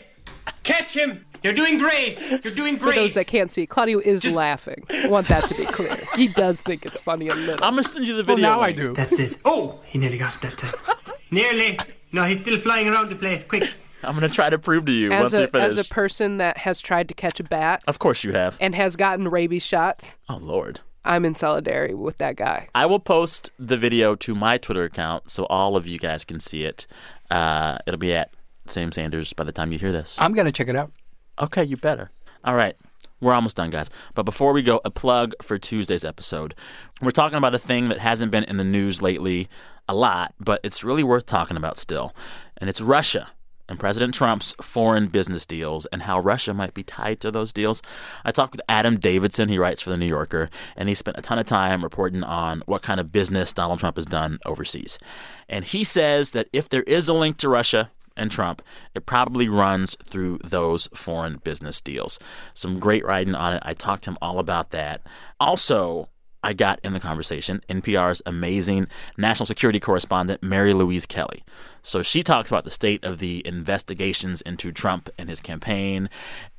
Speaker 10: Catch him. You're doing great. You're doing
Speaker 4: For
Speaker 10: great.
Speaker 4: those that can't see, Claudio is laughing. I want that to be clear. He does think it's funny a little.
Speaker 1: I'm gonna send you the video.
Speaker 3: well, now I
Speaker 1: link.
Speaker 3: do.
Speaker 10: That's it. Oh, he nearly got it that time. nearly. No, he's still flying around the place. Quick.
Speaker 1: I'm gonna try to prove to you once
Speaker 4: as
Speaker 1: we
Speaker 4: a
Speaker 1: finish.
Speaker 4: as a person that has tried to catch a bat
Speaker 1: of course you have.
Speaker 4: and has gotten rabies shots,
Speaker 1: Oh Lord.
Speaker 4: I'm in solidarity with that guy.
Speaker 1: I will post the video to my Twitter account so all of you guys can see it. Uh, it'll be at Sam Sanders by the time you hear this.
Speaker 3: I'm going to check it out.
Speaker 1: Okay, you better. All right. We're almost done, guys. But before we go, a plug for Tuesday's episode. We're talking about a thing that hasn't been in the news lately a lot, but it's really worth talking about still. And it's Russia and President Trump's foreign business deals and how Russia might be tied to those deals. I talked with Adam Davidson. He writes for The New Yorker, and he spent a ton of time reporting on what kind of business Donald Trump has done overseas. And he says that if there is a link to Russia, and Trump, it probably runs through those foreign business deals. Some great writing on it. I talked to him all about that. Also, I got in the conversation NPR's amazing national security correspondent, Mary Louise Kelly. So she talks about the state of the investigations into Trump and his campaign.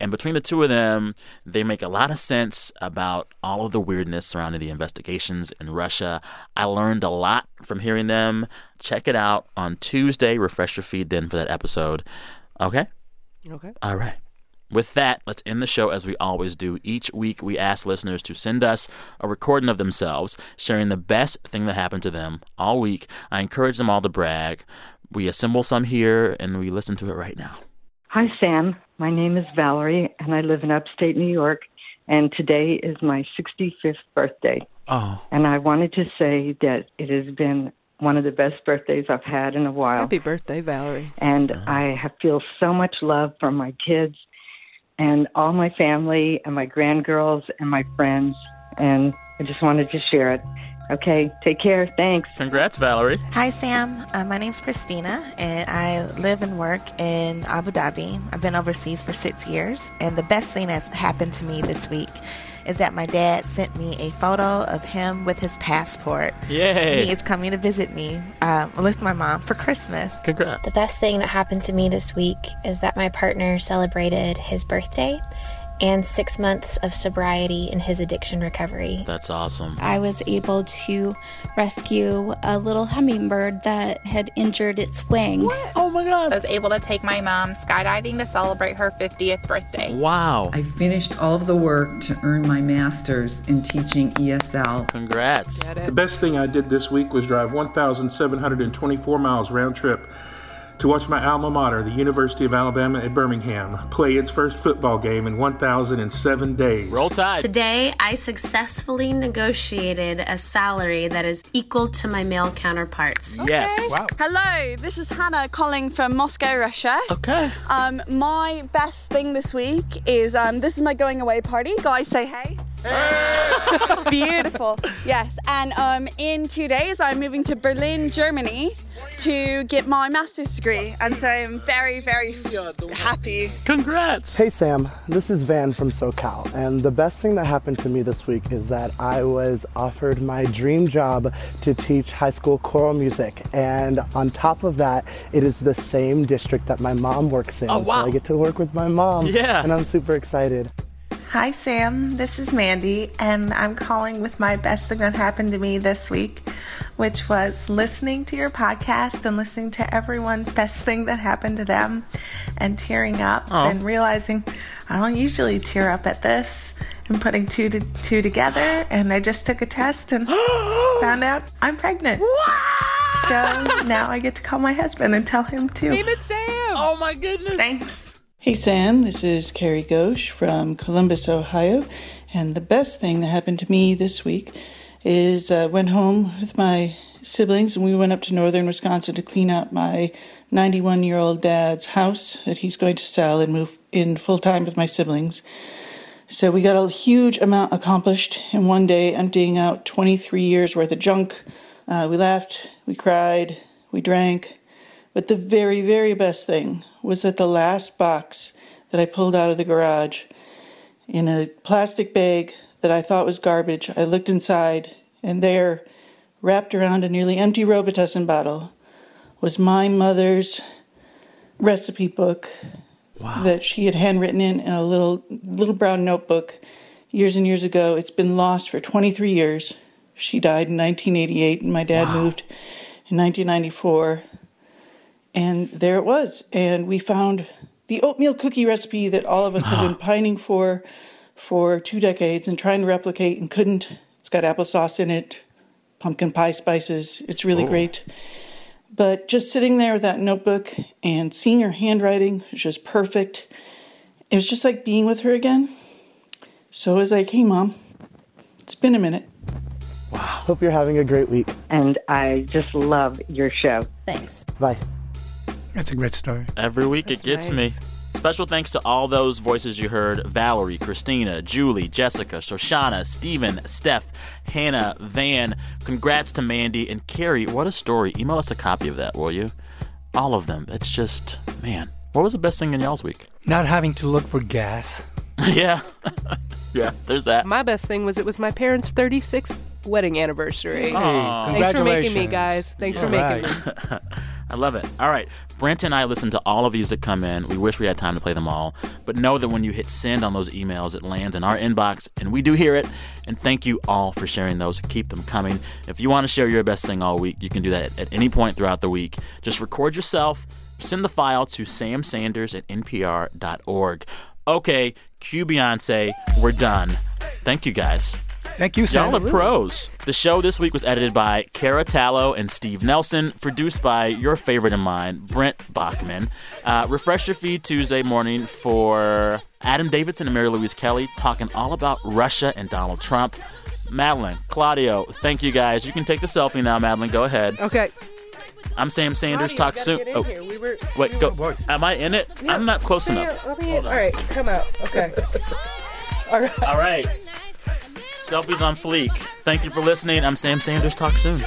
Speaker 1: And between the two of them, they make a lot of sense about all of the weirdness surrounding the investigations in Russia. I learned a lot from hearing them. Check it out on Tuesday. Refresh your feed then for that episode. Okay?
Speaker 4: Okay.
Speaker 1: All right. With that, let's end the show as we always do. Each week, we ask listeners to send us a recording of themselves, sharing the best thing that happened to them all week. I encourage them all to brag. We assemble some here and we listen to it right now.
Speaker 11: Hi, Sam. My name is Valerie, and I live in upstate New York. And today is my 65th birthday.
Speaker 1: Oh,
Speaker 11: And I wanted to say that it has been one of the best birthdays I've had in a while.
Speaker 4: Happy birthday, Valerie.
Speaker 11: and I have- feel so much love from my kids and all my family and my grandgirls and my friends. And I just wanted to share it. Okay, take care. Thanks.
Speaker 1: congrats, Valerie.
Speaker 12: Hi, Sam. Uh, my name's Christina, and I live and work in Abu Dhabi. I've been overseas for six years, and the best thing that's happened to me this week is that my dad sent me a photo of him with his passport.
Speaker 1: Yay.
Speaker 12: He is coming to visit me uh, with my mom for Christmas.
Speaker 1: Congrats.
Speaker 13: The best thing that happened to me this week is that my partner celebrated his birthday and six months of sobriety in his addiction recovery.
Speaker 1: That's awesome.
Speaker 14: I was able to rescue a little hummingbird that had injured its wing.
Speaker 1: Oh my God.
Speaker 15: I was able to take my mom skydiving to celebrate her 50th birthday.
Speaker 1: Wow.
Speaker 16: I finished all of the work to earn my master's in teaching E ESL.
Speaker 1: Congrats.
Speaker 4: Get it?
Speaker 17: The best thing I did this week was drive 1,724 miles round trip to watch my alma mater, the University of Alabama at Birmingham, play its first football game in 1,007 days.
Speaker 1: Roll Tide.
Speaker 13: Today, I successfully negotiated a salary that is equal to my male counterparts.
Speaker 1: Yes.
Speaker 3: Wow.
Speaker 15: Hello, this is Hannah calling from Moscow, Russia.
Speaker 1: Okay.
Speaker 15: Um, my best thing this week is um, this is my going away party. Guys, say hey. Beautiful. Yes, and um, in two days I'm moving to Berlin, Germany, to get my master's degree, and so I'm very, very happy.
Speaker 1: Congrats.
Speaker 18: Hey Sam, this is Van from SoCal, and the best thing that happened to me this week is that I was offered my dream job to teach high school choral music, and on top of that, it is the same district that my mom works in,
Speaker 1: Oh, wow.
Speaker 18: so I get to work with my mom,
Speaker 1: Yeah.
Speaker 18: and I'm super excited.
Speaker 12: Hi, Sam. This is Mandy, and I'm calling with my best thing that happened to me this week, which was listening to your podcast and listening to everyone's best thing that happened to them and tearing up
Speaker 1: Aw.
Speaker 12: and realizing I don't usually tear up at this and putting two to two together. And I just took a test and found out I'm pregnant. So now I get to call my husband and tell him too.
Speaker 4: Name it Sam.
Speaker 1: Oh my goodness.
Speaker 12: Thanks.
Speaker 15: Hey Sam, this is Carrie Ghosh from Columbus, Ohio, and the best thing that happened to me this week is I went home with my siblings and we went up to northern Wisconsin to clean out my 91 year old dad's house that he's going to sell and move in full time with my siblings. So we got a huge amount accomplished in one day, emptying out 23 years worth of junk. Uh, we laughed, we cried, we drank. But the very, very best thing was that the last box that I pulled out of the garage in a plastic bag that I thought was garbage, I looked inside, and there, wrapped around a nearly empty Robitussin bottle, was my mother's recipe book that she had handwritten in, in a little little brown notebook years and years ago. It's been lost for 23 years. She died in 1988, and my dad moved in 1994. And there it was. And we found the oatmeal cookie recipe that all of us have been pining for for two decades and trying to replicate and couldn't. It's got applesauce in it, pumpkin pie spices. It's really great. But just sitting there with that notebook and seeing her handwriting was just perfect. It was just like being with her again. So I was like, hey, mom, it's been a minute.
Speaker 18: Hope you're having a great week.
Speaker 11: And I just love your show.
Speaker 6: Thanks.
Speaker 18: Bye.
Speaker 3: That's a great story.
Speaker 1: Every week it gets me. Special thanks to all those voices you heard Valerie, Christina, Julie, Jessica, Shoshana, Steven, Steph, Hannah, Van. Congrats to Mandy and Carrie. What a story. Email us a copy of that, will you? All of them. It's just, man, what was the best thing in y'all's week?
Speaker 3: Not having to look for gas.
Speaker 1: yeah. yeah, there's that.
Speaker 4: My best thing was it was my parents' 36th wedding anniversary.
Speaker 1: Hey, Aw.
Speaker 4: Thanks for making me,
Speaker 1: Oh, congratulations.
Speaker 4: guys. Thanks for
Speaker 1: All
Speaker 4: making me.
Speaker 1: I love it. All right. Brent and I listen to all of these that come in. We wish we had time to play them all, but know that when you hit send on those emails, it lands in our inbox, and we do hear it. And thank you all for sharing those. Keep them coming. If you want to share your best thing all week, you can do that at any point throughout the week. Just record yourself, send the file to samsanders at npr.org. Okay, cue Beyonce. We're done. Thank you guys.
Speaker 3: Thank you, Sam.
Speaker 1: Y'all are pros. The show this week was edited by Kara Tallow and Steve Nelson, produced by your favorite and mine, Brent Bachman. Uh, refresh your feed Tuesday morning for Adam Davidson and Mary Louise Kelly talking all about Russia and Donald Trump. Madeline, Claudio, thank you guys. You can take the selfie now, Madeline. Go ahead.
Speaker 4: Okay.
Speaker 1: I'm Sam Sanders.
Speaker 4: Oh, Claudio,
Speaker 1: Talk
Speaker 4: you gotta
Speaker 1: soon. Oh.
Speaker 4: get in here. We were-
Speaker 1: wait,
Speaker 4: we
Speaker 1: go.
Speaker 4: were-
Speaker 1: Am I in it? I'm not close
Speaker 4: Hang
Speaker 1: enough.
Speaker 4: on, let me- all right, come out. Okay. all right.
Speaker 1: All right. Selfies on fleek. Thank you for listening. I'm Sam Sanders. Talk soon.